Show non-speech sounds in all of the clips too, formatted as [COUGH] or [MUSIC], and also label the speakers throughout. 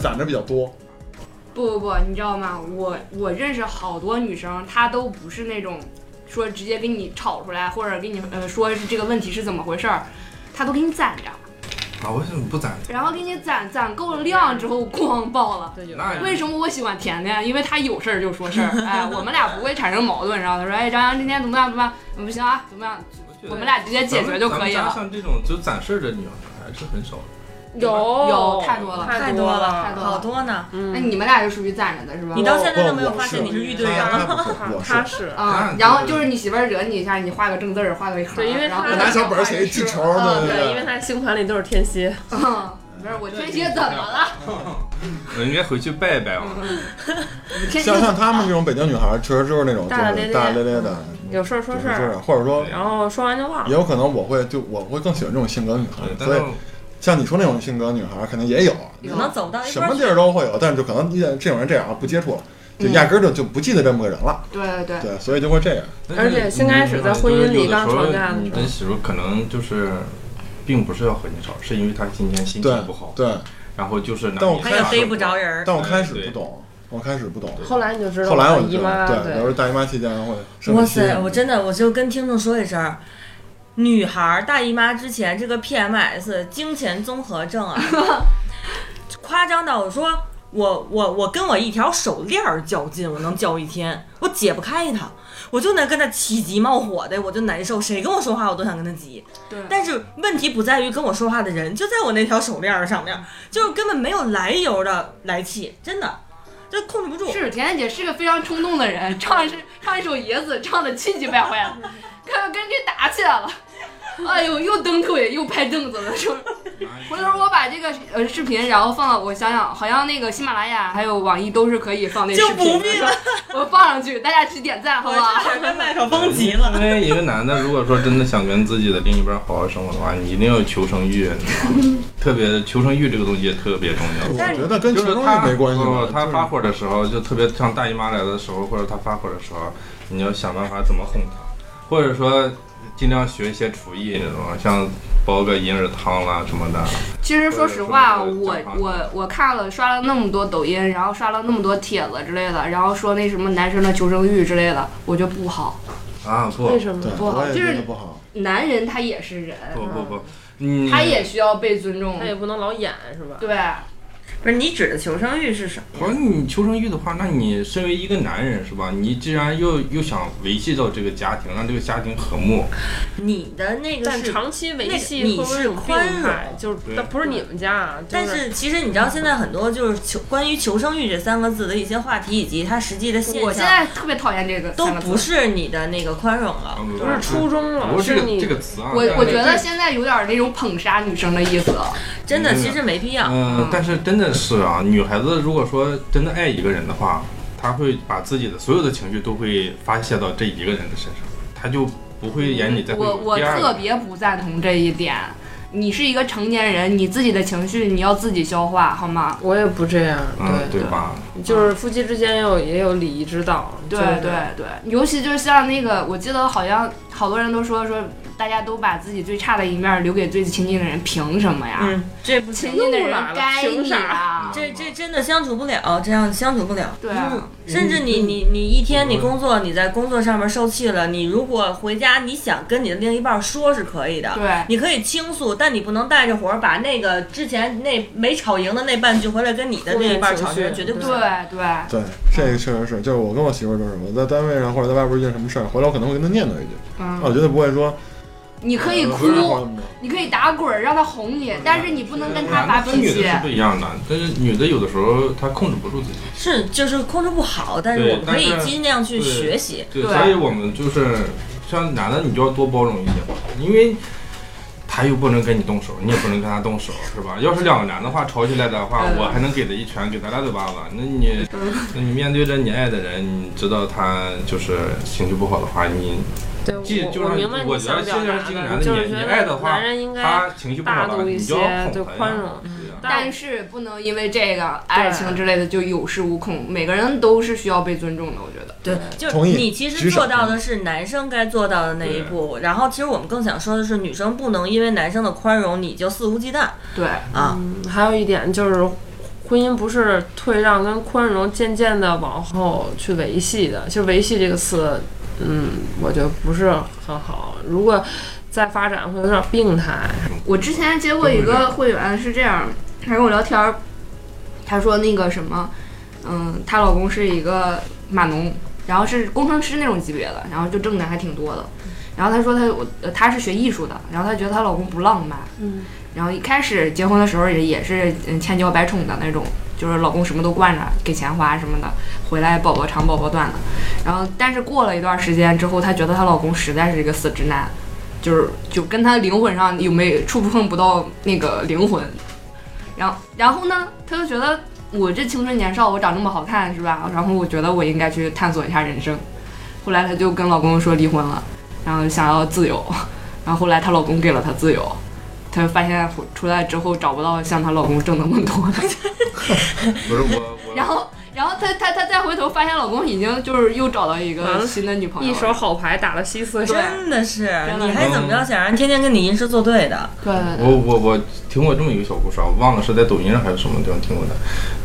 Speaker 1: 攒的比较多。
Speaker 2: 不不不，你知道吗？我我认识好多女生，她都不是那种说直接给你吵出来，或者给你呃说是这个问题是怎么回事儿，她都给你攒着，
Speaker 3: 啊，为什么不攒？
Speaker 2: 然后给你攒攒够了量之后，咣爆了。
Speaker 4: 对，有
Speaker 3: 那
Speaker 2: 为什么我喜欢甜甜？因为她有事儿就说事儿，哎，我们俩不会产生矛盾。然后她说，哎，张扬今天怎么样怎么样？嗯，不行啊，怎么样？我们俩直接解决就可以
Speaker 3: 咱们家
Speaker 2: 了。
Speaker 3: 像这种就攒事儿的女啊孩还是很少的。
Speaker 2: 有有太多了。
Speaker 4: 太
Speaker 5: 太
Speaker 4: 多
Speaker 5: 多
Speaker 4: 了
Speaker 5: 了，
Speaker 2: 太多了
Speaker 4: 好多呢。
Speaker 2: 那
Speaker 5: 嗯，
Speaker 2: 你们俩就属于攒着的是吧？
Speaker 4: 你到现在都没有
Speaker 1: 我
Speaker 4: 发现你是啊
Speaker 1: 是
Speaker 4: 绿队员
Speaker 1: 他
Speaker 4: 吗？
Speaker 1: 他不
Speaker 4: [LAUGHS]
Speaker 1: 是，我是
Speaker 5: 他是
Speaker 2: 啊
Speaker 3: 那，
Speaker 2: 然后就是你媳妇儿惹你一下，你画个正字儿，画个一行，
Speaker 5: 对因为
Speaker 2: 然后
Speaker 5: 她
Speaker 1: 我拿小本儿写一记仇
Speaker 4: 哦
Speaker 1: 呢，
Speaker 5: 嗯，对，因
Speaker 1: 对
Speaker 5: 为他星盘里都是天蝎，
Speaker 2: 嗯， [LAUGHS] 不是我天蝎怎么了？
Speaker 3: 我应该回去拜一拜哦。
Speaker 2: 天蝎
Speaker 1: 像像他们这种北京女孩，确实就是那种就
Speaker 5: 大大咧
Speaker 1: 是
Speaker 5: 咧
Speaker 1: 大大咧咧的，
Speaker 4: 嗯
Speaker 1: 嗯
Speaker 5: 有事儿说事儿，
Speaker 1: 儿，或者说
Speaker 3: 对
Speaker 5: 然后说完就忘
Speaker 1: 也
Speaker 5: 了。
Speaker 1: 有可能我会就我会更喜欢这种性格的女孩
Speaker 5: 嗯
Speaker 3: 对，，但
Speaker 1: 所
Speaker 3: 是
Speaker 1: 以像你说那种性格的女孩，肯定也有，
Speaker 4: 可能走不到一
Speaker 1: 什
Speaker 4: 块儿
Speaker 1: 么
Speaker 4: 去。
Speaker 1: 地儿都会有，但是就可能遇见这种人这样啊不接触了，
Speaker 4: 嗯
Speaker 1: 就压根儿就就不记得这么个人了，
Speaker 2: 对对对，
Speaker 1: 对，所以就会这样。
Speaker 5: 而且先开始在婚姻里刚吵架的时候
Speaker 3: 你跟媳妇可能就是，并不是要和你吵，是因为她今天心
Speaker 1: 对
Speaker 3: 情不好，
Speaker 1: 对，
Speaker 3: 然后就是拿
Speaker 1: 但我
Speaker 3: 你
Speaker 1: 开
Speaker 4: 他
Speaker 3: 没
Speaker 4: 也
Speaker 3: 法
Speaker 4: 逮不
Speaker 3: 说
Speaker 4: 着人儿，
Speaker 1: 但我开始不懂，我开始不懂，
Speaker 3: 对
Speaker 4: 后来你就知道
Speaker 1: 后来我就
Speaker 4: 姨
Speaker 1: 知
Speaker 4: 妈
Speaker 1: 道，对，有时
Speaker 4: 对。
Speaker 1: 候大姨妈期间会生
Speaker 4: 哇
Speaker 1: 理期
Speaker 4: 塞，我真的我就跟听众说一声。女孩儿大姨妈之前，这个 PMS 经前综合症 [LAUGHS] 啊，夸张到我说我我我跟我一条手链儿较劲，我能较一天，我解不开它，我就能跟它起急冒火的，我就难受，谁跟我说话我都想跟他急。
Speaker 2: 对
Speaker 4: 但是问题不在于跟我说话的人，就在我那条手链儿上面，就是根本没有来由的来气，真的，就控制不住。
Speaker 2: 是甜甜姐是个非常冲动的人， [LAUGHS] 唱一首唱一首《野子》，唱的气急败坏了， [LAUGHS] 跟跟谁打起来了。哎呦，又蹬腿又拍凳子了，是不是？回头我把这个呃视频，然后放到我想想，好像那个喜马拉雅还有网易都是可以放那视
Speaker 4: 就
Speaker 2: 频的，
Speaker 4: 不必了，
Speaker 2: [LAUGHS] 我放上去，大家去点赞，好不好？
Speaker 4: 我跟麦克风急了。
Speaker 3: 因为一个男的，如果说真的想跟自己的另一半好好生活的话，你一定要有求生欲，你知道吗
Speaker 1: [LAUGHS]
Speaker 3: 特别求生欲这个东西也特别重要。
Speaker 1: 我觉得跟
Speaker 3: 就
Speaker 1: 情
Speaker 3: 是
Speaker 1: 绪
Speaker 3: 他
Speaker 1: 没关系吧
Speaker 3: 不，他
Speaker 1: 就是
Speaker 3: 发火的时候，就特别像大姨妈来的时候，或者他发火的时候，你要想办法怎么哄他，或者说尽量学一些厨艺，那种像煲个银耳汤啦什么的。
Speaker 2: 其实说实话，
Speaker 3: 或者是
Speaker 2: 我
Speaker 3: 讲话
Speaker 2: 我我看了刷了那么多抖音，然后刷了那么多帖子之类的，然后说那什么男生的求生欲之类的，我觉得不好。
Speaker 3: 啊，不
Speaker 5: 为什么？
Speaker 1: 对，
Speaker 2: 不好
Speaker 1: 我也
Speaker 2: 就是
Speaker 1: 觉得不好。
Speaker 2: 男人他也是人，
Speaker 3: 不不不，
Speaker 5: 嗯
Speaker 3: 你
Speaker 2: 他也需要被尊重
Speaker 5: 他。也不能老演是吧？
Speaker 2: 对，
Speaker 4: 不是你指的求生欲是什
Speaker 3: 不是你求生欲的话，那你身为一个男人是吧？你既然又又想维系到这个家庭，让这个家庭和睦，
Speaker 4: 么？你的那个
Speaker 5: 但
Speaker 4: 是，
Speaker 5: 长期维系
Speaker 4: 那
Speaker 5: 会
Speaker 4: 个
Speaker 5: 不会有病
Speaker 4: 你是宽
Speaker 5: 态？
Speaker 4: 容
Speaker 5: 就是
Speaker 3: 对
Speaker 5: 但不是你们家啊，就
Speaker 4: 但是其实你知道现在很多就是求关于求生欲这三个字的一些话题以及它实际的现
Speaker 2: 我现
Speaker 4: 象，
Speaker 2: 在特别讨厌这个
Speaker 4: 都
Speaker 2: 三个字
Speaker 4: 不。是你的那个宽容了。
Speaker 5: 不
Speaker 1: 嗯
Speaker 5: 是初中了，
Speaker 3: 不是这个
Speaker 5: 你
Speaker 3: 这个词啊，
Speaker 2: 我
Speaker 3: 但是
Speaker 2: 我觉得现在有点那种捧杀女生的意思了。
Speaker 4: 真的，
Speaker 3: 嗯
Speaker 4: 其实没必要。啊
Speaker 3: 嗯，但是真的是啊，女孩子如果说真的爱一个人的话，她会把自己的所有的情绪都会发泄到这一个人的身上，她就不会眼里再会
Speaker 2: 我
Speaker 3: 有
Speaker 2: 我
Speaker 3: 第二
Speaker 2: 特
Speaker 3: 个
Speaker 2: 别不赞同这一点。你是一个成年人，你自己的情绪你要自己消化，好吗？
Speaker 5: 我也不这样，
Speaker 3: 嗯，
Speaker 5: 对
Speaker 3: 对吧？
Speaker 5: 就是夫妻之间也有也有礼仪之道，
Speaker 2: 对
Speaker 5: 就是
Speaker 2: 对对，尤其就是像那个，我记得好像好多人都说说，大家都把自己最差的一面留给最亲近的人，凭什么呀？
Speaker 4: 嗯，这不
Speaker 2: 亲 [LAUGHS]
Speaker 4: 行，
Speaker 2: 近的人
Speaker 5: 怒了
Speaker 2: 该
Speaker 5: 凭
Speaker 2: 你
Speaker 5: 啥
Speaker 2: 啊！
Speaker 4: 这这真的相处不了，这样相处不了。嗯
Speaker 2: 对啊，
Speaker 4: 甚至你你你一天你工作你在工作上面受气了，你如果回家你想跟你的另一半说是可以的，
Speaker 2: 对
Speaker 4: 你可以倾诉，但你不能带着火把那个之前那没吵赢的那半句回来跟你的另一半吵
Speaker 5: 负面
Speaker 4: 架，
Speaker 5: 情绪
Speaker 4: 绝对不
Speaker 2: 对
Speaker 4: 行。
Speaker 2: 对，
Speaker 1: 对，这个确实是，就是我跟我媳妇儿都是，我在单位上或者在外边遇见什么事儿，回来我可能会跟她念叨一句，啊
Speaker 2: 嗯，
Speaker 1: 我绝对不会说
Speaker 2: 你可以
Speaker 1: 呃不是或
Speaker 2: 哭，
Speaker 1: 者怎么着
Speaker 2: 你可以打滚儿让他哄你，但是你不能跟他发
Speaker 3: 男的和
Speaker 2: 脾
Speaker 3: 女
Speaker 2: 气
Speaker 3: 的。是不一样的，但是女的有的时候她控制不住自己，
Speaker 4: 是就是控制不好，但是
Speaker 3: 对
Speaker 4: 我们可以
Speaker 3: 但是
Speaker 4: 尽量去
Speaker 3: 对
Speaker 4: 学习。
Speaker 3: 对，
Speaker 2: 对
Speaker 3: 所以我们就是像男的，你就要多包容一点，因为他又不能跟你动手，你也不能跟他动手，是吧？要是两个男的话吵起来的话，
Speaker 2: 嗯
Speaker 3: 我还能给他一拳，给他俩嘴巴子。那你，
Speaker 5: 嗯
Speaker 3: 那你面对着你爱的人，你知道他就是情绪不好的话，你
Speaker 5: 对，
Speaker 3: 既
Speaker 5: 我
Speaker 3: 就
Speaker 5: 我
Speaker 3: 让
Speaker 5: 明白你
Speaker 3: 我觉
Speaker 5: 想
Speaker 3: 得
Speaker 5: 表
Speaker 3: 现在是这个
Speaker 5: 达
Speaker 3: 男
Speaker 5: 的，
Speaker 3: 的
Speaker 5: 就
Speaker 3: 你
Speaker 5: 是觉
Speaker 3: 你
Speaker 5: 得
Speaker 3: 爱的话
Speaker 5: 男人应该
Speaker 3: 他情绪不好
Speaker 5: 大
Speaker 3: 的话，
Speaker 5: 度一
Speaker 3: 你
Speaker 5: 些
Speaker 3: 就要，
Speaker 5: 对
Speaker 3: 哄他
Speaker 5: 宽
Speaker 3: 呀
Speaker 5: 容。。
Speaker 3: 对啊呀
Speaker 2: 但
Speaker 5: 是
Speaker 2: 是不能因为这个爱情之类的就有恃无恐，每个人都是需要被尊重的，我觉得。
Speaker 4: 对，就是
Speaker 1: 同意
Speaker 4: 你其实
Speaker 1: 举手
Speaker 4: 做到的是男生该做到的那一步，然后其实我们更想说的是，女生不能因为男生的宽容你就肆无忌惮
Speaker 2: 对，
Speaker 4: 啊。
Speaker 5: 嗯，还有一点就是婚姻不是退让跟宽容渐渐的往后去维系的，就维系这个词，嗯，我觉得不是很好。如果再发展会有点病态。
Speaker 2: 我之前接过一个会员是这样，他跟我聊天儿，他说那个什么，嗯，她老公是一个码农，然后是工程师那种级别的，然后就挣的还挺多的。然后她说她我呃她是学艺术的，然后她觉得她老公不浪漫，
Speaker 5: 嗯，
Speaker 2: 然后一开始结婚的时候也也是嗯千娇百宠的那种，就是老公什么都惯着，给钱花什么的，回来宝宝长宝宝短的。然后但是过了一段时间之后，她觉得她老公实在是一个死直男，就是就跟她灵魂上有没有触碰不到那个灵魂。然后然后呢，她就觉得我这青春年少，我长这么好看是吧？然后我觉得我应该去探索一下人生。后来她就跟老公说离婚了，然后想要自由，然后后来她老公给了她自由。她就发现出来之后找不到像她老公挣那么多 [LAUGHS] 的，
Speaker 3: 不是我我
Speaker 2: 然后，然后她她她再回头发现老公已经就是又找到一个
Speaker 5: 嗯
Speaker 2: 新的女朋友
Speaker 5: 一
Speaker 2: 了，
Speaker 5: 手好牌打了稀碎。
Speaker 2: 对
Speaker 4: 真的是，
Speaker 2: 真的
Speaker 4: 你还怎么着想让人天天跟你吟诗作对的？
Speaker 2: 对对对
Speaker 3: 我我我听过这么一个小故事啊，我忘了是在抖音上还是什么地方听过的，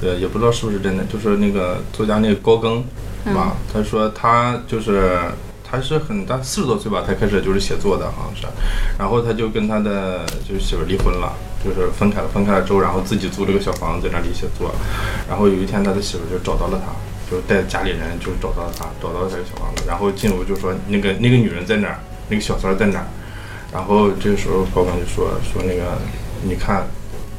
Speaker 3: 呃，也不知道是不是真的，就是那个作家那个高更
Speaker 2: 嗯
Speaker 3: 嘛，他说他就是他是很大四十多岁吧才开始就是写作的，好像是，然后他就跟他的就是媳妇儿离婚了，就是分开了，分开了之后，然后自己租了个小房子在那里写作，然后有一天他的媳妇儿就找到了他。就带家里人，就找到了他，找到了他的小房子，然后进入就说那个那个女人在哪儿，那个小三儿在哪儿，然后这个时候高更就说说那个，你看，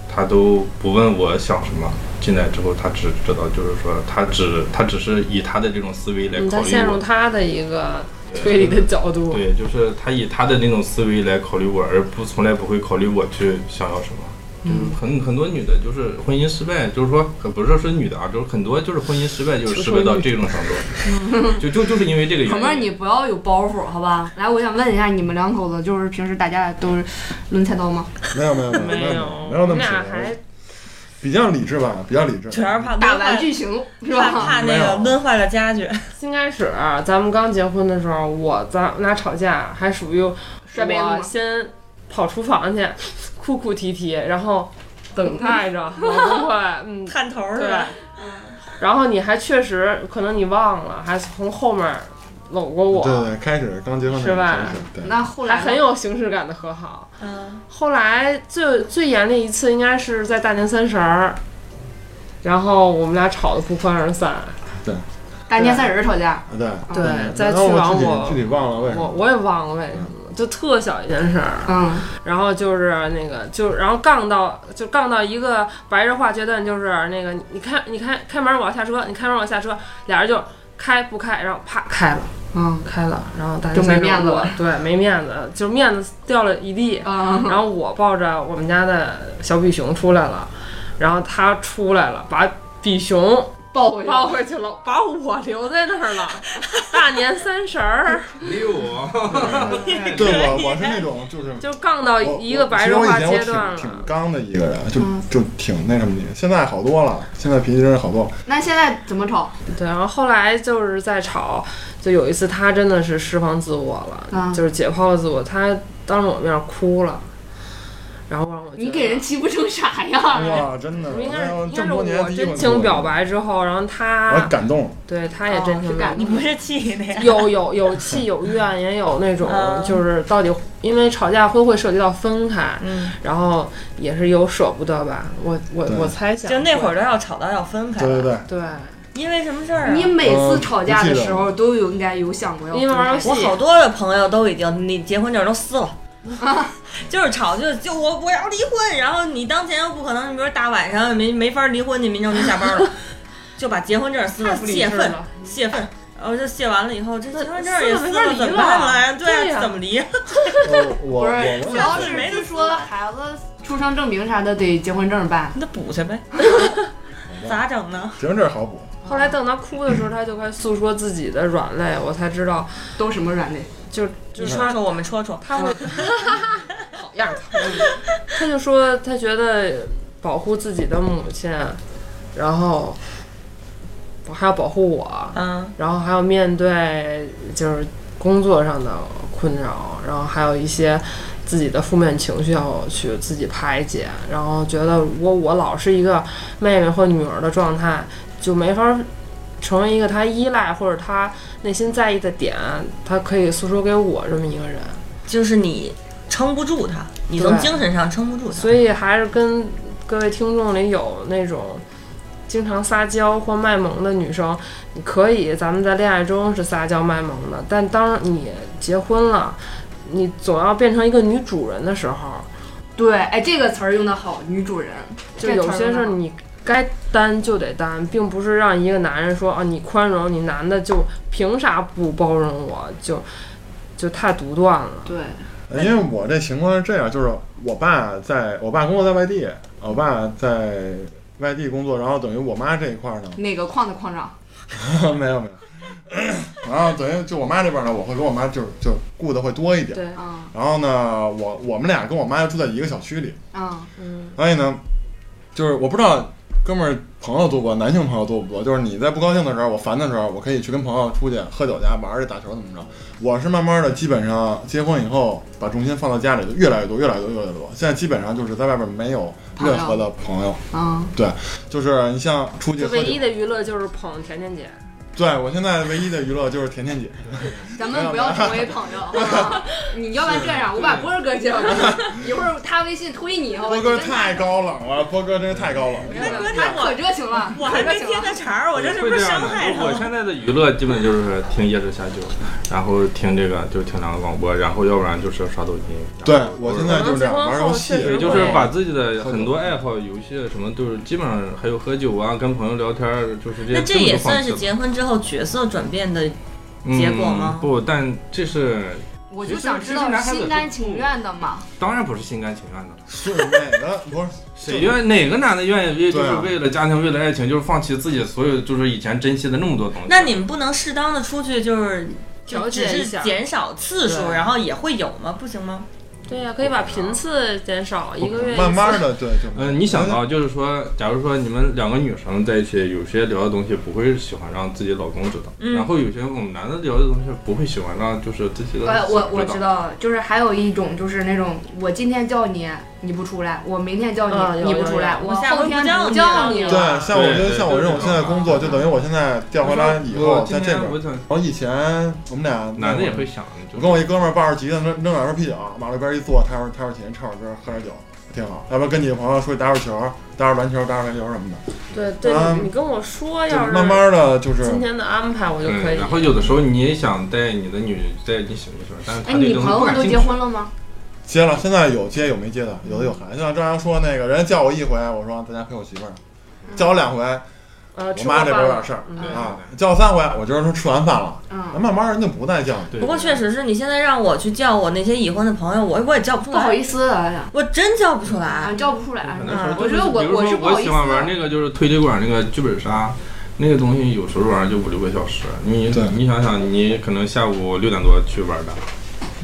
Speaker 3: 他都不问我想什么，进来之后他只知道就是说他只他只是以他的这种思维来
Speaker 5: 你
Speaker 3: 考
Speaker 5: 再
Speaker 3: 虑
Speaker 5: 陷入
Speaker 3: 我，
Speaker 5: 他的一个推理的角度，
Speaker 3: 对，就是他以他的那种思维来考虑我，而不从来不会考虑我去想要什么。嗯，很很多女的就是婚姻失败，就是说可不是说是女的啊，就是很多就是婚姻失败就是失败到这种程度，就就就是因为这个原因。
Speaker 2: 小妹儿，你不要有包袱，好吧？来，我想问一下，你们两口子就是平时打架都是抡菜刀吗？
Speaker 1: 没有没有没
Speaker 5: [LAUGHS]
Speaker 1: 有
Speaker 5: 没
Speaker 1: 没
Speaker 5: 有，
Speaker 1: 没有那么啊
Speaker 5: 俩
Speaker 1: 邪
Speaker 5: 还
Speaker 1: 恶，比较理智吧，比较理智。
Speaker 4: 全是怕
Speaker 2: 打
Speaker 4: 抡
Speaker 2: 完
Speaker 4: 坏，
Speaker 2: 剧情是
Speaker 4: 怕
Speaker 2: 吧？
Speaker 4: 怕那个抡坏了家具。 [LAUGHS]
Speaker 5: 刚开始啊咱们刚结婚的时候，我咱俩吵架还属于
Speaker 2: 摔杯子吗
Speaker 5: 我先跑厨房去，哭哭啼啼，然后等待着，我不会，嗯，
Speaker 4: 探头是
Speaker 5: 对
Speaker 4: 吧？
Speaker 5: 然后你还确实可能你忘了，还从后面搂过
Speaker 1: 对
Speaker 5: 我，
Speaker 1: 对，开始刚结婚的时
Speaker 5: 是
Speaker 1: 候
Speaker 5: 吧
Speaker 1: 开始，对，
Speaker 2: 那后
Speaker 5: 还
Speaker 2: 来
Speaker 5: 很有形式感的和好。
Speaker 4: 嗯，
Speaker 5: 后来最最严厉一次应该是在大年三十儿，然后我们俩吵得不欢而散。
Speaker 2: 大年三十儿吵架，
Speaker 1: 对
Speaker 5: 对
Speaker 1: 嗯
Speaker 5: 在
Speaker 1: 那
Speaker 5: 去往
Speaker 1: 我
Speaker 5: 我
Speaker 1: 具体具体忘了为什
Speaker 5: 我
Speaker 1: 么，
Speaker 5: 我也忘了为什么了，就特小一件事儿。
Speaker 2: 嗯，
Speaker 5: 然后就是那个，就然后杠到就杠到一个白热化阶段，就是那个你开你开开门我要下车，你开门我要下车，俩人就开不开，然后啪开了
Speaker 2: 嗯
Speaker 5: 开了，然后大家
Speaker 2: 就没
Speaker 5: 三个
Speaker 2: 面子
Speaker 5: 我
Speaker 2: 了，
Speaker 5: 对，没面子，就是面子掉了一地。
Speaker 2: 嗯，
Speaker 5: 然后我抱着我们家的小比熊出来了，然后他出来了，把比熊
Speaker 2: 抱回去，
Speaker 5: 抱回去了，把我留在那儿了。大年三十儿
Speaker 3: 六
Speaker 1: 对我我是那种就是
Speaker 5: 就杠到
Speaker 1: 我
Speaker 5: 一个
Speaker 1: 我
Speaker 5: 白
Speaker 1: 其实
Speaker 5: 热
Speaker 1: 我以
Speaker 5: 化
Speaker 1: 前我
Speaker 5: 阶段了
Speaker 1: 挺，挺刚的一个人，啊就
Speaker 2: 嗯
Speaker 1: 就挺那什么的，现在好多了，现在脾气真是好多了。
Speaker 2: 那现在怎么吵？
Speaker 5: 对，然后后来就是在吵，就有一次他真的是释放自我了，
Speaker 2: 啊
Speaker 5: 就是解剖了自我，他当着我面哭了，然后让我觉得
Speaker 2: 你给人欺负成啥样了？
Speaker 1: 哇，哎真的，
Speaker 5: 应该
Speaker 1: 我
Speaker 5: 哎是
Speaker 1: 这
Speaker 5: 应该是
Speaker 1: 么多年
Speaker 5: 我
Speaker 1: 第一
Speaker 5: 真
Speaker 1: 回
Speaker 5: 情
Speaker 1: 做
Speaker 5: 表，白之后，然后
Speaker 1: 我
Speaker 5: 他
Speaker 1: 感动了，
Speaker 5: 对他也
Speaker 2: 哦
Speaker 5: 真情
Speaker 2: 是
Speaker 5: 表白
Speaker 2: 感
Speaker 4: 你。不是气的呀？
Speaker 5: 有有有气有怨，也有那种
Speaker 4: 啊
Speaker 5: 就是到底，因为吵架会不会涉及到分开，
Speaker 4: 嗯，
Speaker 5: 然后也是有舍不得吧，我我
Speaker 1: 对
Speaker 5: 我猜 [LAUGHS] 想，
Speaker 4: 就那会儿都要吵到要分开
Speaker 1: 对对
Speaker 4: 了，
Speaker 1: 对，
Speaker 5: 对，
Speaker 4: 因为什么事儿
Speaker 2: [LAUGHS]
Speaker 4: 啊？
Speaker 2: 你每次吵架的时候都有应该有想过要分
Speaker 5: 因为玩
Speaker 2: 开
Speaker 5: 游
Speaker 4: 我
Speaker 5: 戏
Speaker 4: 好多的朋友都已经，你结婚证都撕了。就是吵，就就我我要离婚，然后你当前又不可能，你比如大晚上没没法离婚，你民政局下班了，就把结婚证撕了，
Speaker 5: 太不理
Speaker 4: 泄
Speaker 5: 智
Speaker 4: 愤
Speaker 5: 了
Speaker 4: 泄愤，然后就泄完了以后，这结婚证
Speaker 5: 撕了
Speaker 4: 也
Speaker 5: 没
Speaker 4: 撕
Speaker 5: 法
Speaker 4: 了，
Speaker 5: 离
Speaker 4: 怎么办
Speaker 5: 了
Speaker 4: 呀？对
Speaker 5: 对
Speaker 4: 呀，
Speaker 5: 呀
Speaker 4: 怎么离？啊
Speaker 5: [LAUGHS]
Speaker 1: 我我
Speaker 2: 不
Speaker 1: 我
Speaker 2: 是，主
Speaker 1: 问
Speaker 2: 要
Speaker 1: 了，
Speaker 2: 是据说孩子出生证明啥的得结婚证办。
Speaker 4: 那补去呗， [LAUGHS] 咋整呢？
Speaker 1: 行，这儿好补，
Speaker 5: 后来等他哭的时候，他就快诉说自己的软肋，我才知道，
Speaker 2: 都什么软肋？
Speaker 5: 就就
Speaker 1: 嗯
Speaker 4: 你
Speaker 5: 是
Speaker 4: 说
Speaker 5: 他
Speaker 4: 说，我们戳戳。
Speaker 5: 他会讨厌他，他就说他觉得保护自己的母亲，然后我还要保护我，
Speaker 4: 嗯，
Speaker 5: 然后还要面对就是工作上的困扰，然后还有一些自己的负面情绪要去自己排解，然后觉得如果我老是一个妹妹或女儿的状态，就没法成为一个她依赖或者她内心在意的点，她可以诉说给我这么一个人。
Speaker 4: 就是你撑不住他，你
Speaker 5: 对
Speaker 4: 从精神上撑不住他。
Speaker 5: 所以还是跟各位听众里有那种经常撒娇或卖萌的女生，你可以，咱们在恋爱中是撒娇卖萌的，但当你结婚了，你总要变成一个女主人的时候，
Speaker 2: 对，哎，这个词儿用的好，女主人。
Speaker 5: 就
Speaker 2: 这词儿
Speaker 5: 有些事
Speaker 2: 用得
Speaker 5: 儿
Speaker 2: 好
Speaker 5: 你该担就得担，并不是让一个男人说啊你宽容，你男的就凭啥不包容我，就就太独断了。
Speaker 2: 对，
Speaker 1: 呃因为我这情况是这样，就是我爸在我爸工作在外地，我爸在外地工作，然后等于我妈这一块儿呢， [LAUGHS]
Speaker 2: 哪个矿的矿长？
Speaker 1: 没有没有， [COUGHS] 然后等于就我妈这边呢，我会跟我妈就就顾的会多一点。
Speaker 5: 对，
Speaker 2: 啊
Speaker 1: 然后呢，我我们俩跟我妈又住在一个小区里，
Speaker 2: 啊，
Speaker 5: 嗯，
Speaker 1: 所以呢，就是我不知道哥们儿朋友多不多，男性朋友多不多。就是你在不高兴的时候，我烦的时候，我可以去跟朋友出去喝酒去啊玩儿去打球怎么着。我是慢慢的，基本上结婚以后，把重心放到家里，就越来越多，越来越多，越来越多。现在基本上就是在外边没有任何的朋友，
Speaker 2: 嗯，
Speaker 1: 对，就是你像出去
Speaker 5: 就
Speaker 1: 喝
Speaker 5: 唯
Speaker 1: 酒
Speaker 5: 一，的娱乐就是捧甜甜姐。
Speaker 1: 对我现在唯一的娱乐就是甜甜姐。
Speaker 2: 咱们不要成为朋友，好吗？你要不然这样，我把波儿哥介绍给你，一会儿他微信推你以后，
Speaker 5: 哦
Speaker 1: 波哥太高冷了，波哥真是太高冷了。
Speaker 2: 没有，没有他可热情了，
Speaker 4: 我
Speaker 2: 可
Speaker 4: 还
Speaker 2: 热
Speaker 4: 没
Speaker 2: 情
Speaker 4: 接
Speaker 2: 了。
Speaker 4: 他茬儿，我这是
Speaker 3: 会
Speaker 4: 不是
Speaker 3: 这样
Speaker 4: 伤
Speaker 3: 的
Speaker 4: 害他
Speaker 3: 我
Speaker 4: 了？
Speaker 3: 现在的娱乐基本就是听椰子下酒，然后听这个就听两个广播，然后要不然就是刷抖音。
Speaker 1: 对
Speaker 3: 然后
Speaker 1: 我现在就是这样玩儿游戏，
Speaker 5: 可能
Speaker 3: 对，
Speaker 5: 结婚后确实
Speaker 3: 就
Speaker 5: 会
Speaker 3: 是把自己的很多爱好、游戏啊什么，都是基本上还有喝酒啊，跟朋友聊天儿，就是这些。
Speaker 4: 那这也算是
Speaker 3: 结
Speaker 4: 结婚之后角色转变的结果吗
Speaker 3: 嗯不，但这是
Speaker 2: 我就想知道心甘情愿的嘛，
Speaker 3: 当然不是心甘情愿的。
Speaker 1: 是哪个不是？
Speaker 3: 谁愿哪个男的愿意为就
Speaker 1: 对
Speaker 3: 是
Speaker 1: 啊
Speaker 3: 为了家庭、为了爱情，就是放弃自己所有就是以前珍惜的那么多东西？
Speaker 4: 那你们不能适当的出去就是
Speaker 5: 调
Speaker 4: 只
Speaker 5: 节一
Speaker 4: 是
Speaker 5: 下
Speaker 4: 减少次数，
Speaker 5: 对
Speaker 4: 然后也会有吗？不行吗？
Speaker 5: 对呀、可以把频次减少，一个月一次
Speaker 1: 慢慢的，对，就
Speaker 3: 呃，你想到就是说，假如说你们两个女生在一起，有些聊的东西不会喜欢让自己老公知道，
Speaker 4: 嗯
Speaker 3: 然后有些我们男的聊的东西不会喜欢让就是自己的
Speaker 2: 我呃我我
Speaker 3: 媳妇
Speaker 2: 知
Speaker 3: 知道。
Speaker 2: 道了，就是还有一种就是那种我今天叫你你不出来，我明天叫
Speaker 5: 啊
Speaker 2: 你
Speaker 5: 有
Speaker 2: 你不出来，
Speaker 5: 有
Speaker 2: 我
Speaker 4: 有下
Speaker 2: 后
Speaker 4: 回
Speaker 2: 天
Speaker 4: 不叫
Speaker 2: 不
Speaker 4: 你
Speaker 2: 叫
Speaker 4: 了
Speaker 2: 你
Speaker 5: 对
Speaker 1: 对，像我觉得像我这种现在工作，就等于我现在调回来以后，
Speaker 3: 我今
Speaker 1: 在这
Speaker 3: 天
Speaker 1: 边。
Speaker 3: 我想
Speaker 1: 然后以前我们俩
Speaker 3: 男的也会，想，就
Speaker 1: 我跟我一哥们儿抱着吉他扔扔两瓶啤酒，马路边一坐，弹会儿弹会儿琴，唱会儿歌，喝点酒，挺好。要不然跟几个朋友出去打会儿球，打会儿篮球，打会儿排球什么的。
Speaker 5: 对对，
Speaker 1: 嗯
Speaker 5: 你跟我说
Speaker 1: 就
Speaker 5: 要是
Speaker 1: 慢慢的就是
Speaker 5: 今天的安排，我就可
Speaker 3: 对，
Speaker 5: 以。
Speaker 3: 嗯然后有的时候你也想带你的女带你喜欢的女生，但是
Speaker 2: 哎，
Speaker 3: 她对
Speaker 2: 你
Speaker 3: 这东
Speaker 2: 朋
Speaker 3: 西不
Speaker 2: 友
Speaker 3: 感
Speaker 2: 都
Speaker 3: 兴
Speaker 2: 结
Speaker 3: 趣。
Speaker 2: 婚了吗？
Speaker 1: 接了，现在有接有没接的，有的有孩子。像张扬说那个，人家叫我一回，我说在家陪我媳妇儿；叫我两回，
Speaker 5: 呃，
Speaker 1: 我
Speaker 5: 嗯吃
Speaker 1: 妈
Speaker 5: 过
Speaker 1: 这边
Speaker 5: 饭
Speaker 1: 有
Speaker 5: 了
Speaker 1: 点事儿
Speaker 5: 嗯
Speaker 3: 对
Speaker 1: 啊；叫我三回，我就是说吃完饭了。那
Speaker 2: 嗯，
Speaker 1: 慢慢人就不再叫了。
Speaker 3: 对
Speaker 4: 不过确实是你现在让我去叫我那些已婚的朋友，我我也叫不出
Speaker 2: 不好
Speaker 4: 来，
Speaker 2: 意思啊，
Speaker 4: 我真叫不出
Speaker 2: 啊
Speaker 4: 来。
Speaker 2: 叫不出来啊
Speaker 3: 很
Speaker 4: 嗯
Speaker 3: 多时候
Speaker 2: 我觉得我
Speaker 3: 就是比如说
Speaker 2: 我是不好意
Speaker 3: 喜
Speaker 2: 思
Speaker 3: 欢玩那个就是推理馆那个剧本杀，那个东西有时候玩就五六个小时。你
Speaker 1: 对
Speaker 3: 你想想，你可能下午六点多去玩的，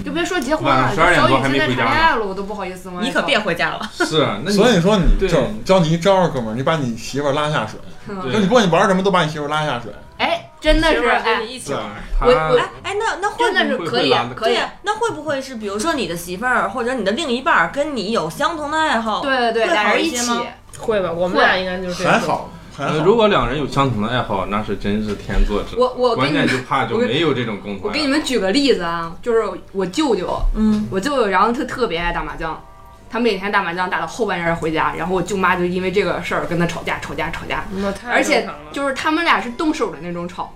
Speaker 2: 就别说结婚了，
Speaker 3: 晚
Speaker 2: 就小
Speaker 3: 上12点
Speaker 2: 雨
Speaker 3: 多还
Speaker 2: 现
Speaker 3: 没
Speaker 2: 在
Speaker 3: 回
Speaker 2: 谈
Speaker 3: 家
Speaker 2: 恋
Speaker 3: 呢
Speaker 2: 爱了，我都不好意思吗？
Speaker 4: 你可别回家了，
Speaker 3: [LAUGHS] 是，啊那你
Speaker 1: 所
Speaker 3: [LAUGHS]
Speaker 1: 以说你
Speaker 3: 对
Speaker 1: 就教你一招儿，哥们儿，你把你媳妇儿拉下水。
Speaker 2: 嗯
Speaker 1: 就你不管你玩什么，都把你媳妇拉下水。
Speaker 2: 哎，真的
Speaker 5: 媳
Speaker 2: 是
Speaker 5: 妇儿跟
Speaker 2: 哎，
Speaker 5: 你一起
Speaker 3: [LAUGHS]
Speaker 5: 玩。
Speaker 3: 啊他
Speaker 2: 我
Speaker 4: 哎哎，那那会
Speaker 2: 真
Speaker 4: 不
Speaker 2: 的是
Speaker 3: 会
Speaker 2: 可以啊
Speaker 3: 会拉的
Speaker 2: 可
Speaker 4: 对
Speaker 2: 以，
Speaker 4: 呀，那会不会是比如说你的媳妇儿或者你的另一半儿跟你有相同的爱好？
Speaker 2: 对对对，
Speaker 4: 会
Speaker 2: 俩
Speaker 4: 好
Speaker 2: 人一
Speaker 4: 一
Speaker 2: 起
Speaker 4: 些吗
Speaker 5: 会吧？我们俩应该就是这样。
Speaker 1: 还，好，还
Speaker 3: 呃，
Speaker 1: 好。
Speaker 3: 如果两人有相同的爱好，那是真是天作之
Speaker 2: 我我给
Speaker 3: 关
Speaker 2: 你
Speaker 3: 键
Speaker 2: 们
Speaker 3: 就怕就
Speaker 2: 我给
Speaker 3: 没有这种共同
Speaker 2: 我
Speaker 3: 爱
Speaker 2: 给你
Speaker 3: 好。
Speaker 2: 们举个例子啊，就是我舅舅，
Speaker 4: 嗯，
Speaker 2: 我舅舅然后他特别爱打麻将，他每天打麻将打到后半夜回家，然后我舅妈就因为这个事儿跟他吵架吵架吵架，
Speaker 5: 那太
Speaker 2: 而
Speaker 5: 正
Speaker 2: 且
Speaker 5: 常了。
Speaker 2: 就是他们俩是动手的那种吵。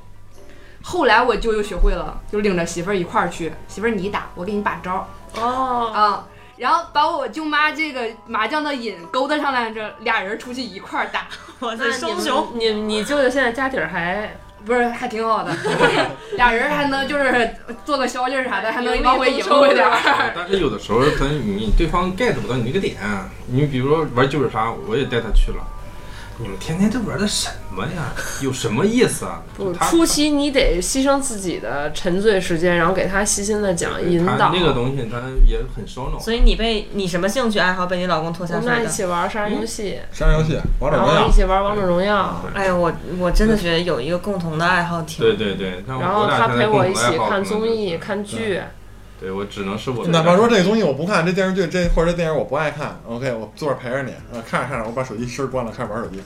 Speaker 2: 后来我舅舅学会了，就领着媳妇儿一块儿去，媳妇儿你打，我给你把招儿
Speaker 5: 哦，
Speaker 2: 啊、然后把我舅妈这个麻将的瘾勾搭上来，这俩人出去一块儿打，
Speaker 4: 我
Speaker 5: 那
Speaker 4: 在
Speaker 5: 你
Speaker 4: 双
Speaker 5: 们
Speaker 4: 雄。，
Speaker 5: 你你舅舅现在家底儿还
Speaker 2: 不是还挺好的，俩人还能就是做个宵夜啥的，还能往回赢
Speaker 5: 有一
Speaker 2: 回
Speaker 5: 个
Speaker 2: 点
Speaker 5: 兜
Speaker 2: 儿。
Speaker 3: 啊但是有的时候，咱你对方 get 不到你那个点，你比如说玩剧本杀，我也带他去了，你们天天这玩的什么呀？有什么意思啊？
Speaker 5: 不
Speaker 3: 就他
Speaker 5: 初期，你得牺牲自己的沉醉时间，然后给他细心的讲引
Speaker 3: 他
Speaker 5: 导。
Speaker 3: 那个东西，他也很烧脑。
Speaker 4: 所以你被你什么兴趣爱好被你老公拖
Speaker 5: 我
Speaker 4: 下
Speaker 5: 们
Speaker 4: 水
Speaker 5: 俩一
Speaker 4: 的？
Speaker 5: 起玩杀人游戏，
Speaker 1: 杀人游戏、王者
Speaker 5: 然
Speaker 1: 荣
Speaker 5: 后一
Speaker 1: 耀，
Speaker 5: 起玩王者荣耀，
Speaker 4: [LAUGHS] 哎呀，我我真的觉得有一个共同的爱好挺
Speaker 3: 对对对，像
Speaker 5: 然后
Speaker 3: 我俩
Speaker 5: 他
Speaker 3: 现在
Speaker 5: 陪
Speaker 3: 共
Speaker 5: 我
Speaker 3: 同
Speaker 5: 一起
Speaker 3: 爱好
Speaker 5: 看
Speaker 3: 可能
Speaker 5: 综
Speaker 3: 就是
Speaker 5: 艺、看剧，
Speaker 3: 对我只能是我
Speaker 1: 就哪怕说这个东西我不看，这电视剧这或者这电影我不爱看，OK，我坐这儿陪着你，呃，看着看着我把手机声儿关了，开始玩手机，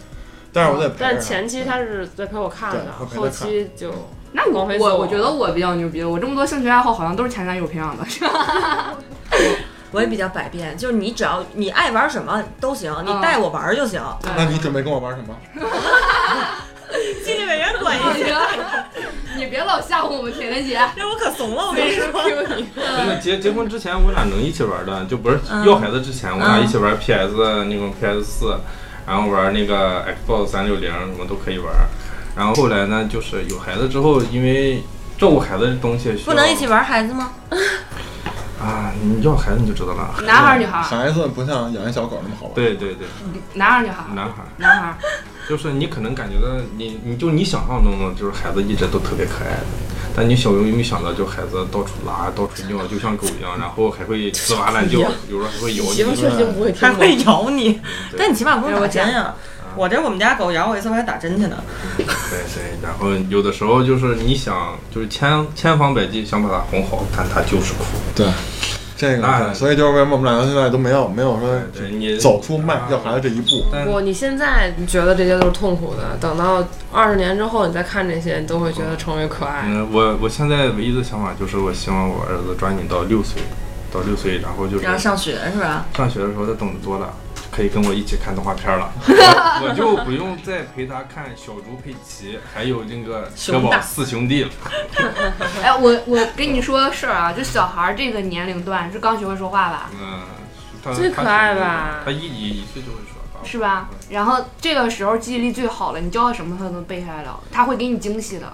Speaker 1: 但是我得陪着他。
Speaker 5: 但前期他是在陪我看
Speaker 1: 对
Speaker 5: 的，
Speaker 1: 会陪他
Speaker 5: 后期就
Speaker 2: [LAUGHS] 那我
Speaker 5: 光辉自
Speaker 2: 我
Speaker 5: 我
Speaker 2: 我觉得我比较牛逼，我这么多兴趣爱好好像都是前男友培 [LAUGHS] 养的，
Speaker 4: 我也比较百变，就是你只要你爱玩什么都行，你
Speaker 2: 嗯
Speaker 4: 带我玩儿 [LAUGHS] 就行。
Speaker 1: 那你准备跟我玩什么？
Speaker 4: 心理委员管一 [LAUGHS] 下，
Speaker 2: [LAUGHS] 你别老吓唬我们甜甜姐。
Speaker 4: 这我可怂了，我跟你说。
Speaker 3: 真的结结婚之前，我俩能一起玩的，就不是
Speaker 4: 嗯
Speaker 3: 要孩子之前，我俩
Speaker 4: 嗯
Speaker 3: 一起玩 PS 那种 PS 四，然后玩那个 Xbox 三六零什么都可以玩。然后后来呢，就是有孩子之后，因为照顾孩子的东西需要
Speaker 4: 不能一起玩孩子吗？
Speaker 3: 啊，你要孩子你就知道了。
Speaker 2: 男孩儿女孩儿？
Speaker 1: 孩子不像养一小狗那么好玩。
Speaker 3: 对对对，
Speaker 2: 男孩儿女孩儿？
Speaker 3: 男孩儿
Speaker 2: 男孩儿。
Speaker 3: [LAUGHS] 就是你可能感觉到你你就你想象中的就是孩子一直都特别可爱的，但你小时候有没有想到，就孩子到处拉到处尿，就像狗一样，然后还会呲哇乱叫，有时候还会咬
Speaker 5: 媳妇
Speaker 3: 你。
Speaker 5: 确实不会听
Speaker 4: 还
Speaker 5: 我
Speaker 4: 会咬你，
Speaker 3: 对
Speaker 4: 但你起码不用
Speaker 5: 哎
Speaker 4: 打
Speaker 5: 我
Speaker 4: 针呀。
Speaker 3: 嗯
Speaker 4: 我这我们家狗咬我一次，我还打针去呢。
Speaker 3: 对对，然后有的时候就是你想，就是千千方百计想把它哄好，但它就是哭。
Speaker 1: 对，这
Speaker 3: 那
Speaker 1: 个，所以就是为什么我们俩到现在都没有没有说
Speaker 3: 对你
Speaker 1: 走出卖要孩子这一步。
Speaker 3: 但
Speaker 5: 不，你现在觉得这些都是痛苦的，等到二十年之后，你再看这些，你都会觉得成为可爱。
Speaker 3: 嗯，我我现在唯一的想法就是，我希望我儿子抓紧到六岁，到六岁，然后就是
Speaker 4: 然后上学是吧？
Speaker 3: 上学的时候，他懂得多了，可以跟我一起看动画片
Speaker 4: [LAUGHS]
Speaker 3: 了，我我就不用再陪他看小猪佩奇，还有那个车
Speaker 4: 熊
Speaker 3: 宝
Speaker 4: 大
Speaker 3: 四兄弟了。
Speaker 2: [LAUGHS] 哎，我我跟你说个事儿啊，就小孩儿这个年龄段是刚学会说话吧，
Speaker 3: 嗯，他
Speaker 5: 最可爱吧
Speaker 3: 他一一一岁就会说爸爸
Speaker 2: 是吧？然后这个时候记忆力最好了，你教他什么他都能背下来了，他会给你惊喜的。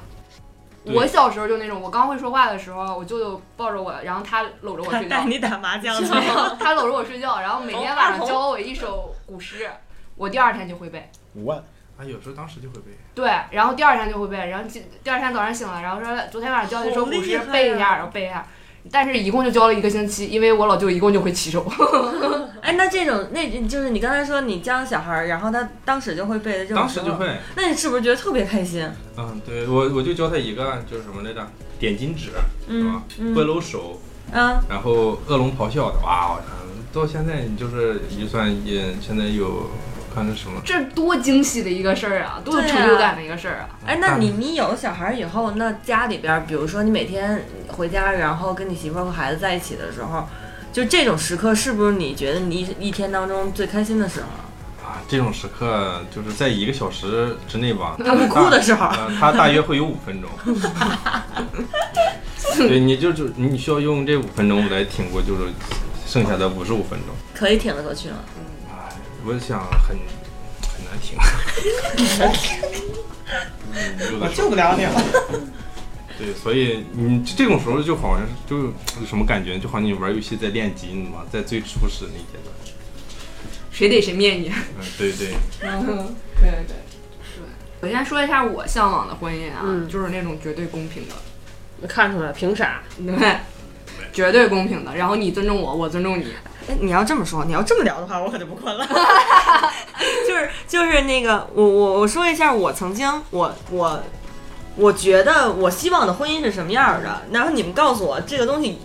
Speaker 3: 对
Speaker 2: 我小时候就那种，我刚会说话的时候，我舅舅抱着我，然后他搂着我睡觉
Speaker 4: 带，你打麻 [LAUGHS] 将去。
Speaker 2: [LAUGHS] 他搂着我睡觉，然后每天晚上教我一首古诗，我第二天就会背。
Speaker 1: 五万，
Speaker 3: 啊，有时候当时就会被
Speaker 2: 对，然后第二天就会背，然后今第二天早上醒了，然后说昨天晚上教的这首古诗
Speaker 4: 好厉害
Speaker 2: 背一
Speaker 4: 啊
Speaker 2: 下，然后背一下，但是一共就教了一个星期，因为我老舅一共就会七首。
Speaker 4: 哎，那这种那就是你刚才说你教小孩儿，然后他当时就会背的这种，
Speaker 3: 当时就。会。
Speaker 4: 那你是不是觉得特别开心？
Speaker 3: 嗯，对我我就教他一个，就是什么来着，点金指，是吧
Speaker 4: 嗯？
Speaker 3: 拨
Speaker 4: 嗯
Speaker 3: 搂手，
Speaker 4: 啊，
Speaker 3: 然后恶龙咆哮的，哇！我操到现在你就是也算也现在有看着什
Speaker 2: [LAUGHS]
Speaker 3: 么？
Speaker 2: 这多惊喜的一个事儿啊，多有成就感的一个事儿啊！
Speaker 4: 哎，那你你有小孩儿以后，那家里边儿，比如说你每天回家，然后跟你媳妇儿和孩子在一起的时候，就这种时刻，是不是你觉得你一一天当中最开心的时候？
Speaker 3: 啊，这种时刻就是在一个小时之内吧，
Speaker 4: 他不哭的时候，
Speaker 3: 呃，它大约会有五分钟。对，你就是你需要用这五分钟来挺过，就是剩下的五十五分钟。
Speaker 4: 可以挺得过去吗？
Speaker 3: 哎，我想很很难挺。 [LAUGHS] 嗯，有的时候
Speaker 4: 不了你了。
Speaker 3: [LAUGHS] 对，所以你这种时候就好像是就有什么感觉，就好像你玩游戏在练级，你知道吗？在最初始那阶段。
Speaker 2: 谁逮谁灭你。
Speaker 3: 嗯，对对，
Speaker 5: 对对对，
Speaker 2: 我先说一下我向往的婚姻啊，
Speaker 5: 嗯
Speaker 2: 就是那种绝对公平的，
Speaker 5: 能看出来，凭啥？
Speaker 2: 对，绝对公平的。然后你尊重我，我尊重你。
Speaker 4: 哎，你要这么说，你要这么聊的话，我可就不困了。 [LAUGHS] 就是就是那个，我我我说一下，我曾经我我我觉得我希望的婚姻是什么样儿的，然后你们告诉我这个东西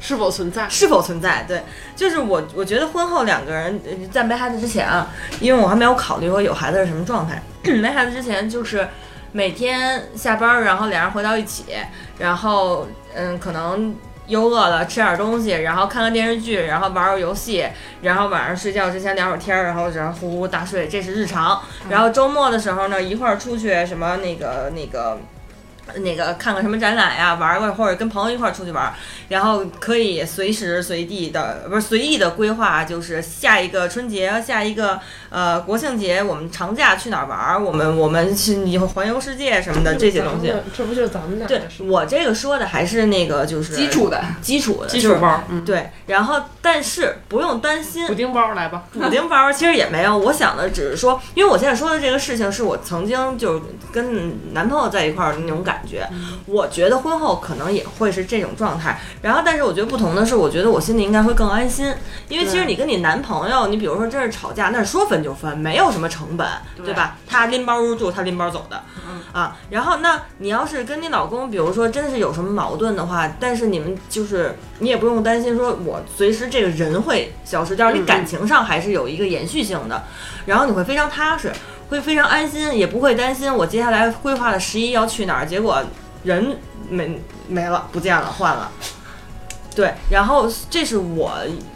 Speaker 5: 是否存在？
Speaker 4: 是否存在？对，就是我，我觉得婚后两个人呃在没孩子之前啊，因为我还没有考虑过有孩子是什么状态。 [CLEARS THROAT] 没孩子之前就是每天下班儿，然后俩人回到一起，然后嗯，可能优饿了吃点儿东西，然后看个电视剧，然后玩儿会儿游戏，然后晚上睡觉之前聊会儿天儿，然后然后呼呼大睡，这是日常。
Speaker 5: 嗯
Speaker 4: 然后周末的时候呢，一块儿出去什么那个那个。那个看看什么展览呀、玩儿个或者跟朋友一块儿出去玩儿，然后可以随时随地的不是随意的规划，就是下一个春节、下一个呃国庆节，我们长假去哪儿玩儿，我们我们去你环游世界什么的这些东西。，
Speaker 5: 这不就是嗯咱们俩
Speaker 4: 对
Speaker 5: 的事吗？
Speaker 4: 我这个说的还是那个就是
Speaker 2: 基础的，
Speaker 4: 基础的就是
Speaker 5: 包，嗯，
Speaker 4: 对，然后但是不用担
Speaker 5: 补
Speaker 4: 心，
Speaker 5: 丁包来吧。
Speaker 4: 补丁包其实也没有。我想的只是说，因为我现在说的这个事情是我曾经就是跟男朋友在一块儿的那种感觉，我觉得婚后可能也会是这种状态。然后，但是我觉得不同的是，我觉得我心里应该会更安心，因为其实
Speaker 5: 对
Speaker 4: 你跟你男朋友，你比如说真是吵架，那是说分分就分，没有什么成本，对
Speaker 2: 对
Speaker 4: 吧？他拎包入住，他拎包走的，啊。然后那你要是跟你老公，比如说真是有什么矛盾的话，但是你们就是你也不用担心说我随时这个人会消失掉，你
Speaker 5: 嗯
Speaker 4: 感情上还是有一个延续性的，然后你会非常踏实，会非常安心，也不会担心我接下来规划的十一要去哪儿，结果人没没了，不见了，换了。对，然后这是我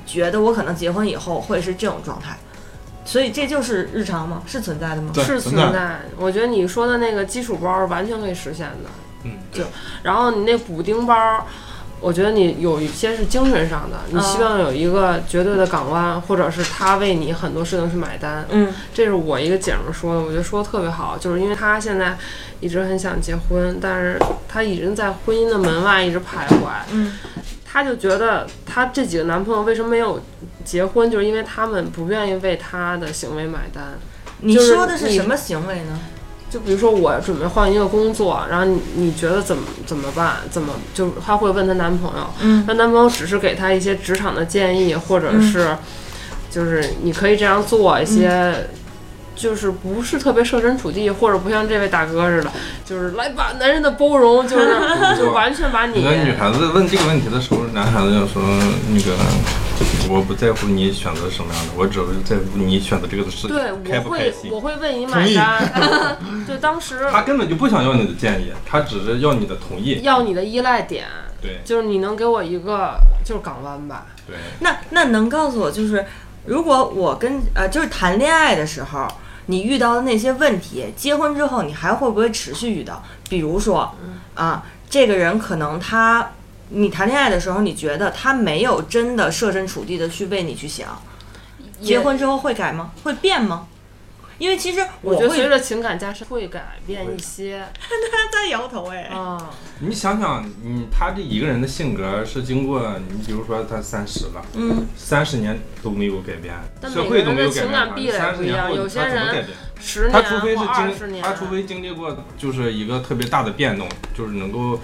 Speaker 4: 觉得我可能结婚以后会是这种状态，所以这就是日常吗？是存在的吗？
Speaker 1: 对
Speaker 5: 是
Speaker 1: 存
Speaker 5: 存
Speaker 1: 在
Speaker 5: 在。我觉得你说的那个基础包儿完全可以实现的。
Speaker 3: 嗯，
Speaker 5: 对。然后你那补丁包儿，我觉得你有一些是精神上的，你
Speaker 4: 嗯
Speaker 5: 希望有一个绝对的港湾，或者是他为你很多事情去买单。
Speaker 4: 嗯
Speaker 5: 这是我一个姐们儿说的，我觉得说的特别好，就是因为她现在一直很想结婚，但是她已经在婚姻的门外一直徘徊。
Speaker 4: 嗯，
Speaker 5: 她就觉得她这几个男朋友为什么没有结婚，就是因为他们不愿意为她的行为买单。
Speaker 4: 你
Speaker 5: 就是
Speaker 4: 说的是
Speaker 5: 你
Speaker 4: 什么行为呢？
Speaker 5: 就比如说我准备换一个工作，然后你你觉得怎么怎么办？怎么就她会问她男朋友，
Speaker 4: 嗯
Speaker 5: 她男朋友只是给她一些职场的建议，或者
Speaker 4: 嗯
Speaker 5: 是就是你可以这样做一些，
Speaker 4: 嗯
Speaker 5: 就是不是特别设身处地，或者不像这位大哥似的，就是来把男人的包容，就是
Speaker 4: [LAUGHS]
Speaker 5: 就完全把
Speaker 3: 你
Speaker 5: 你
Speaker 3: 觉。得女孩子问这个问题的时候，男孩子要说那个，我不在乎你选择什么样的，我只在乎你选择这个事情
Speaker 5: 对，
Speaker 3: 开
Speaker 5: 我
Speaker 3: 不开
Speaker 5: 会
Speaker 3: 心
Speaker 5: 我。会为你
Speaker 1: 同
Speaker 5: 买
Speaker 1: 意
Speaker 5: 单。
Speaker 3: [LAUGHS]
Speaker 5: 就当时
Speaker 3: 他根本就不想要你的建议，他只是要你的同意。
Speaker 5: 要你的依赖点，
Speaker 3: 对
Speaker 5: 就是你能给我一个就是港湾吧。
Speaker 3: 对，
Speaker 4: 那那能告诉我，就是如果我跟呃，就是谈恋爱的时候，你遇到的那些问题，结婚之后你还会不会持续遇到？比如说，
Speaker 5: 嗯
Speaker 4: 啊，这个人可能他，你谈恋爱的时候，你觉得他没有真的设身处地的去为你去想，
Speaker 5: 也
Speaker 4: 结婚之后会改吗？会变吗？因为其实
Speaker 5: 我
Speaker 4: 我
Speaker 5: 觉得
Speaker 4: 会
Speaker 5: 随着情感加深会改变一些
Speaker 4: [LAUGHS] 他在摇头哎
Speaker 5: 啊，
Speaker 3: 你想想，你他这一个人的性格是经过你，比如说他三十了，
Speaker 4: 嗯，
Speaker 3: 三十年都没有改变，
Speaker 5: 但
Speaker 3: 社会都没有
Speaker 5: 每个
Speaker 3: 改
Speaker 5: 人的情
Speaker 3: 变
Speaker 5: 感
Speaker 3: 他，
Speaker 5: 壁垒
Speaker 3: 三十
Speaker 5: 不一
Speaker 3: 年
Speaker 5: 样
Speaker 3: 后
Speaker 5: 有些
Speaker 3: 他怎么
Speaker 5: 人
Speaker 3: 改变？
Speaker 5: 十年
Speaker 3: 他除非是
Speaker 5: 或二十
Speaker 3: 经，
Speaker 5: 年，
Speaker 3: 他除非经历过就是一个特别大的变动，就是能够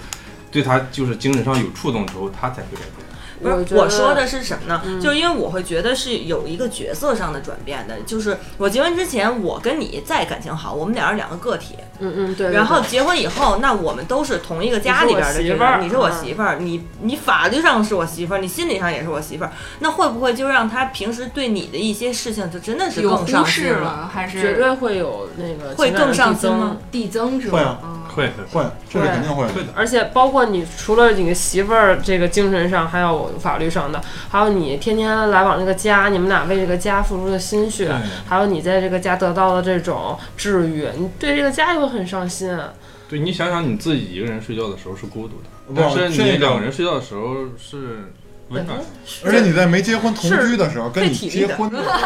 Speaker 3: 对他就是精神上有触动之后，他才会改变。
Speaker 4: 不是
Speaker 5: 觉
Speaker 4: 我
Speaker 5: 得
Speaker 4: 说的是什么呢？
Speaker 5: 嗯
Speaker 4: 就是因为我会觉得是有一个角色上的转变的，就是我结婚之前，我跟你再感情好，我们俩是两个个体，
Speaker 5: 嗯嗯对，对
Speaker 4: 然后
Speaker 5: 对
Speaker 4: 结婚以后，那我们都是同一个家里边的这个人，你
Speaker 5: 你
Speaker 4: 是
Speaker 5: 是
Speaker 4: 我
Speaker 5: 我
Speaker 4: 媳
Speaker 5: 媳
Speaker 4: 妇儿，你你法律上是我媳妇儿，你心理上也是我媳妇儿，那会不会就让他平时对你的一些事情就真的是
Speaker 2: 有
Speaker 4: 更
Speaker 2: 忽
Speaker 4: 上
Speaker 2: 视
Speaker 4: 心？
Speaker 2: 了还是
Speaker 5: 绝对嗯会有那个
Speaker 4: 会
Speaker 5: 情感的
Speaker 4: 更上
Speaker 5: 递
Speaker 4: 心
Speaker 5: 增
Speaker 4: 吗？
Speaker 2: 递增是
Speaker 1: 会啊
Speaker 2: 吧？嗯
Speaker 3: 会会
Speaker 1: 会，这是肯定会的。
Speaker 3: 会的，哎
Speaker 5: 而且包括你除了你媳妇儿这个精神上，还有法律上的，还有你天天来往这个家，你们俩为这个家付出的心血，还有你在这个家得到的这种治愈，你对这个家也会很上心。啊
Speaker 3: 对你想想你自己一个人睡觉的时候是孤独的，
Speaker 1: 不
Speaker 3: 但是
Speaker 1: 这
Speaker 3: 你
Speaker 1: 个
Speaker 3: 两个人睡觉的时候是温
Speaker 5: 嗯
Speaker 3: 暖的。
Speaker 1: [LAUGHS] 而且你在没结婚同居的时候，跟你
Speaker 4: 费体力
Speaker 1: 结
Speaker 4: 的
Speaker 1: 婚的时
Speaker 4: [LAUGHS]
Speaker 1: 候，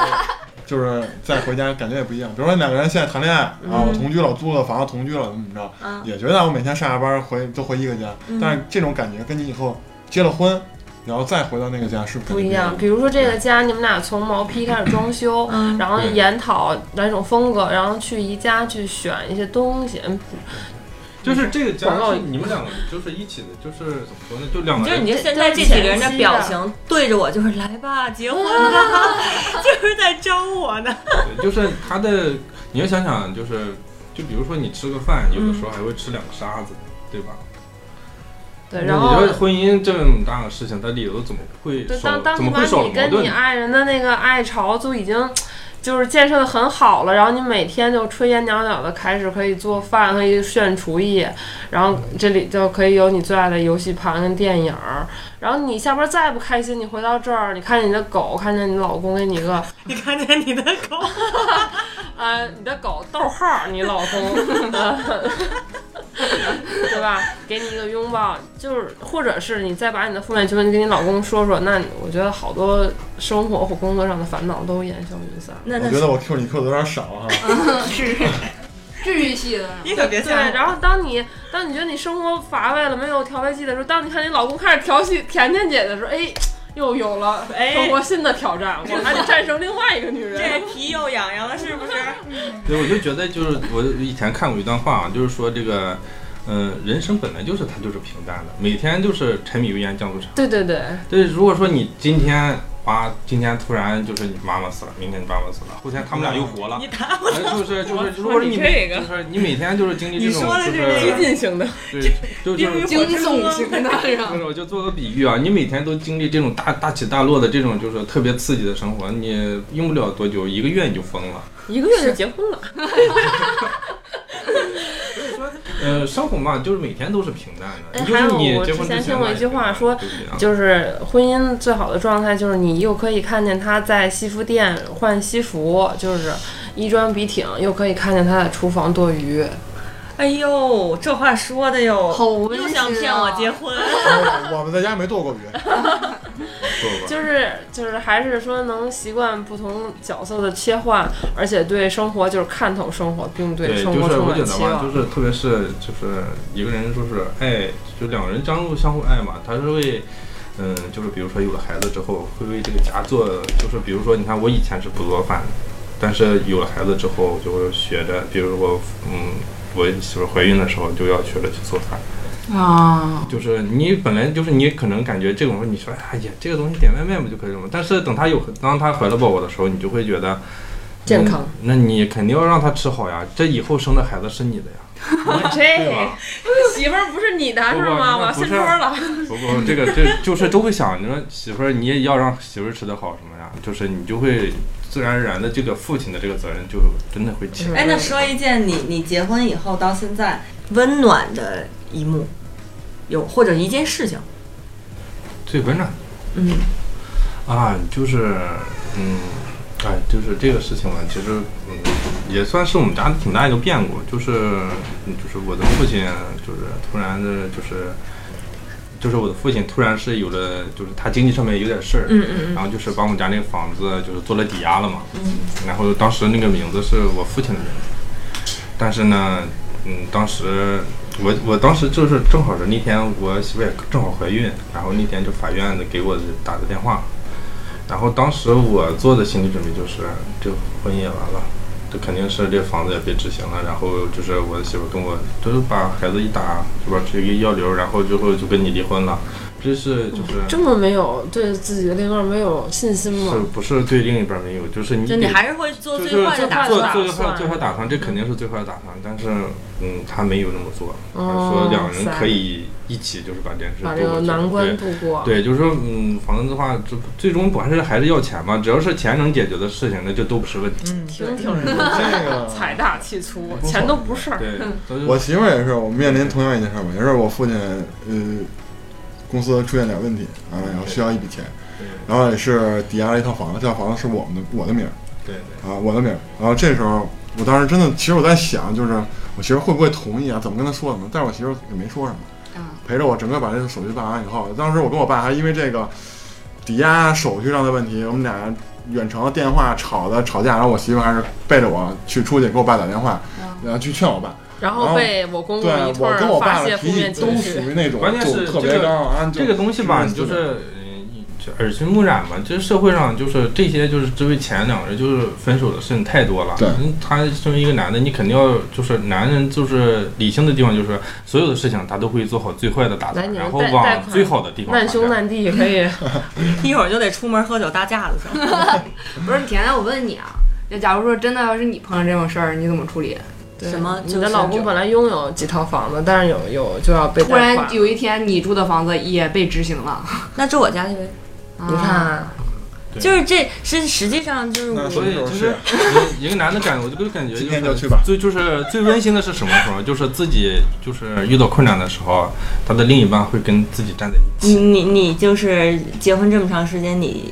Speaker 1: 就是再回家感觉也不一样。比如说两个人现在谈恋爱，然后同居了，租了房子同居了，怎么怎么着，
Speaker 4: 嗯
Speaker 1: 也觉得我每天上下班回都回一个家，但是这种感觉跟你以后结了婚，然后再回到那个家是不是
Speaker 5: 不一
Speaker 1: 样
Speaker 5: 样。？比如说这个家，你们俩从毛坯开始装修，
Speaker 4: 嗯
Speaker 5: 然后
Speaker 3: 对
Speaker 5: 研讨哪种风格，然后去宜家去选一些东西。嗯
Speaker 3: 就是这个家
Speaker 5: 广告
Speaker 3: 是你们两个就是一起的，就是怎么说呢？就两个
Speaker 4: 就是
Speaker 3: 人
Speaker 4: 你就现在这几个人的表情对着我，就是来吧，结婚吧， [LAUGHS] 就是在招我呢。
Speaker 3: 对，就是他的，你要想想，就是就比如说你吃个饭，有
Speaker 5: 嗯
Speaker 3: 的时候还会吃两个沙子，对吧？
Speaker 5: 对，
Speaker 3: 那
Speaker 5: 然
Speaker 3: 嗯你
Speaker 5: 后
Speaker 3: 说婚姻这么大个事情，它理由怎么会
Speaker 5: 对，
Speaker 3: 少
Speaker 5: 当当
Speaker 3: 怎
Speaker 5: 你
Speaker 3: 么
Speaker 5: 把
Speaker 3: 会少了
Speaker 5: 你
Speaker 3: 矛
Speaker 5: 跟
Speaker 3: 盾
Speaker 5: 你
Speaker 3: 呢？
Speaker 5: 爱人的那个爱巢就已经。就是建设的很好了，然后你每天就炊烟袅袅的开始可以做饭，可以炫厨艺，然后这里就可以有你最爱的游戏盘跟电影儿，然后你下班再不开心，你回到这儿，你看见你的狗，看见你老公给你一个
Speaker 4: 你看见你的狗，
Speaker 5: 呃，你的狗逗号儿，你老公，对吧？给你一个拥抱，就是或者是你再把你的负面情绪跟你老公说说，那我觉得好多生活或工作上的烦恼都烟消云散。
Speaker 4: 那
Speaker 1: 我觉得我 Q 你 Q 的有点少啊
Speaker 4: [LAUGHS]
Speaker 1: 哈、
Speaker 2: 是治愈系的。
Speaker 4: 你可别
Speaker 5: 对，然后当你当你觉得你生活乏味了，没有调味剂的时候，当你看你老公开始调戏甜甜姐的时候，哎，又有了
Speaker 4: 哎
Speaker 5: 生活新的挑战，我还得战胜另外一个女人。
Speaker 4: 皮又痒痒了，是不是？
Speaker 3: 对，我就觉得就是我以前看过一段话，啊就是说这个，呃，人生本来就是它就是平淡的，每天就是柴米油盐酱醋茶。
Speaker 5: 对对对，
Speaker 3: 对，如果说你今天啊，今天突然就是你妈妈死了，明天你爸爸死了，后天他们俩又活了
Speaker 5: [LAUGHS]
Speaker 4: 你。打我，
Speaker 3: 哎就是就是，如果
Speaker 5: 我
Speaker 3: 是你
Speaker 5: 你这个
Speaker 3: 就是你每天就是经历这种
Speaker 4: 你说的
Speaker 3: 就是
Speaker 4: 这
Speaker 5: 激
Speaker 3: 是
Speaker 5: 进型的，
Speaker 3: 对，
Speaker 5: [LAUGHS]
Speaker 3: 就
Speaker 4: 地狱
Speaker 3: 是
Speaker 4: 火
Speaker 2: 惊悚型的是吧
Speaker 3: 不？是，我就做个比喻啊，你每天都经历这种大大起大落的这种就是特别刺激的生活，你用不了多久，一个月你就疯了。
Speaker 5: 一个月就结婚了。
Speaker 3: 呃，生活嘛，就是每天都是平淡的。
Speaker 5: 哎
Speaker 3: 就
Speaker 5: 还
Speaker 3: 是
Speaker 5: 有
Speaker 3: 你
Speaker 5: 我
Speaker 3: 结
Speaker 5: 之
Speaker 3: 婚
Speaker 5: 前
Speaker 3: 前
Speaker 5: 听过
Speaker 3: 那
Speaker 5: 一句话
Speaker 3: 平淡
Speaker 5: 说
Speaker 3: 对不对啊
Speaker 5: 就是婚姻最好的状态，就是你又可以看见他在西服店换西服，就是衣装笔挺，又可以看见他在厨房剁鱼。
Speaker 4: 哎呦，这话说的哟，
Speaker 2: 好温馨、
Speaker 4: 又
Speaker 2: 啊，
Speaker 4: 想骗我结婚，
Speaker 1: 我我们在家没剁过鱼，
Speaker 3: 做吧
Speaker 5: 就是就是还是说能习惯不同角色的切换，而且对生活就是看透生活，并对
Speaker 3: 对，就
Speaker 5: 生
Speaker 3: 是
Speaker 5: 活充
Speaker 3: 我
Speaker 5: 满
Speaker 3: 觉得
Speaker 5: 期
Speaker 3: 吧，
Speaker 5: 望。
Speaker 3: 就是特别是就是一个人就是爱，就两个人相互相互爱嘛，他是为，嗯，就是比如说有了孩子之后，会为这个家做，就是比如说你看我以前是不做饭的，但是有了孩子之后，就会学着，比如我，嗯，我媳妇怀孕的时候就要学着去做饭，
Speaker 2: 啊，
Speaker 3: 就是你本来就是你可能感觉这种时候你说哎呀这个东西点外卖不就可以了吗？但是等他有当他怀了宝宝的时候，你就会觉得
Speaker 5: 健康
Speaker 3: 嗯那你肯定要让他吃好呀，这以后生的孩子是你的呀，对
Speaker 5: 这
Speaker 3: 吧？
Speaker 5: 媳妇儿不是你的是
Speaker 3: 不不
Speaker 5: 吗？我要
Speaker 3: 不
Speaker 5: 掀
Speaker 3: 是
Speaker 5: 桌了。
Speaker 3: 不不，这个这就是都会想，你说媳妇儿你也要让媳妇儿吃的好什么呀？就是你就会自然而然的这个父亲的这个责任就真的会起来。
Speaker 4: [LAUGHS] 哎，那说一件你你结婚以后到现在温暖的一幕，有或者一件事情，
Speaker 3: 最温暖
Speaker 4: 嗯，
Speaker 3: 啊，就是，嗯，哎，就是这个事情嘛，其实，嗯，也算是我们家的挺大一个变故，就是，嗯就是我的父亲，就是突然的，就是，就是我的父亲突然是有了，就是他经济上面有点事儿，
Speaker 4: 嗯嗯
Speaker 3: 然后就是把我们家那个房子就是做了抵押了嘛，然后当时那个名字是我父亲的名字，但是呢，嗯，当时我我当时就是正好是那天我媳妇也正好怀孕，然后那天就法院的给我打的电话，然后当时我做的心理准备就是这个婚姻也完了。这肯定是这房子也被执行了，然后就是我媳妇跟我都把孩子一打，就把这个要留，然后最后就跟你离婚了，这是就是
Speaker 5: 这么没有对自己的另一半没有信心
Speaker 3: 是
Speaker 5: 吗？
Speaker 3: 不是对另一半没有？就是你
Speaker 4: 嗯嗯，就你还是会做
Speaker 3: 就是
Speaker 4: 最坏的打
Speaker 3: 做
Speaker 4: 算，嗯
Speaker 3: 做最坏最坏打算，这肯定是最坏的打算。但是，嗯，他没有那么做，
Speaker 5: 哦
Speaker 3: 说两个人
Speaker 5: 塞
Speaker 3: 可以一起就是把这件事
Speaker 5: 把
Speaker 3: 度
Speaker 5: 这
Speaker 3: 过
Speaker 5: 个
Speaker 3: 去
Speaker 5: 难关
Speaker 3: 对
Speaker 5: 度过。
Speaker 3: 对，就是说，嗯，房子的话，这最终不还是还是要钱嘛？只要是钱能解决的事情，那就都不是问题。
Speaker 4: 嗯，
Speaker 5: 听听人家
Speaker 1: 这个
Speaker 5: 财大气粗，钱都不是事儿。
Speaker 4: [LAUGHS]
Speaker 3: 对，都是
Speaker 1: 我媳妇儿也是，我们面临同样一件事儿嘛，也是我父亲，呃，公司出现点问题啊，然后需要一笔钱，
Speaker 3: 对
Speaker 1: 然后也是抵押了一套房子，这套房子是我们的我的名儿
Speaker 3: 对
Speaker 1: 啊，我的名儿。然后这时候，我当时真的，其实我在想，就是我媳妇儿会不会同意啊？怎么跟她说的呢？但是我媳妇儿也没说什么
Speaker 2: 嗯，
Speaker 1: 陪着我整个把这个手续办完以后，当时我跟我爸还因为这个抵押手续上的问题，我们俩远程电话吵的吵架，然后我媳妇儿还是背着我去出去给我爸打电话，然后去劝我爸。
Speaker 5: 然后被我公公
Speaker 1: 对啊
Speaker 5: 一
Speaker 1: 我跟
Speaker 5: 通
Speaker 1: 我
Speaker 5: 发
Speaker 1: 爸
Speaker 5: 泄
Speaker 1: 的
Speaker 5: 负
Speaker 1: 脾气
Speaker 5: 面
Speaker 1: 都
Speaker 5: 情
Speaker 1: 属
Speaker 5: 绪， [LAUGHS]
Speaker 1: 于那种
Speaker 3: 关键
Speaker 1: 就是特别
Speaker 3: 这个
Speaker 1: 刚啊，就
Speaker 3: 这个东西吧，你就是嗯就耳濡目染嘛。这社会上就是这些，就是这为钱两个人就是分手的事情太多了。
Speaker 1: 对
Speaker 3: 嗯，他身为一个男的，你肯定要就是男人就是理性的地方，就是所有的事情他都会做好最坏的打
Speaker 5: 来
Speaker 3: 算，
Speaker 5: 你们
Speaker 3: 然后
Speaker 5: 贷贷
Speaker 3: 往
Speaker 5: 款
Speaker 3: 最好的地方发
Speaker 5: 难
Speaker 3: 展。
Speaker 5: 兄难弟可
Speaker 1: [LAUGHS]
Speaker 5: 以。
Speaker 4: 一会儿就得出门喝酒搭架子去了。
Speaker 2: 不是甜甜，我问你啊，就假如说真的要是你碰上这种事儿，你怎么处理？
Speaker 5: 对
Speaker 4: 什么
Speaker 5: 你
Speaker 4: 就
Speaker 5: 的
Speaker 4: 是
Speaker 5: 老
Speaker 4: 这
Speaker 5: 公本来拥有几套房子，但是有有就要被
Speaker 2: 突
Speaker 5: 贷
Speaker 2: 然
Speaker 5: 款。
Speaker 2: 有一天你住的房子也被执行了，
Speaker 4: 那住我家去呗，
Speaker 5: 你看，
Speaker 3: 对
Speaker 4: 就是这是实际上就是
Speaker 1: 那
Speaker 3: 所
Speaker 1: 是
Speaker 4: 我
Speaker 3: 以就是一个男的感觉，我就感
Speaker 1: 今
Speaker 3: 觉就是
Speaker 1: 天就去吧
Speaker 3: 最就是最温馨的是什么时候？就是自己就是遇到困难的时候，他的另一半会跟自己站在一
Speaker 4: 你
Speaker 3: 起。
Speaker 4: 你你就是结婚这么长时间，你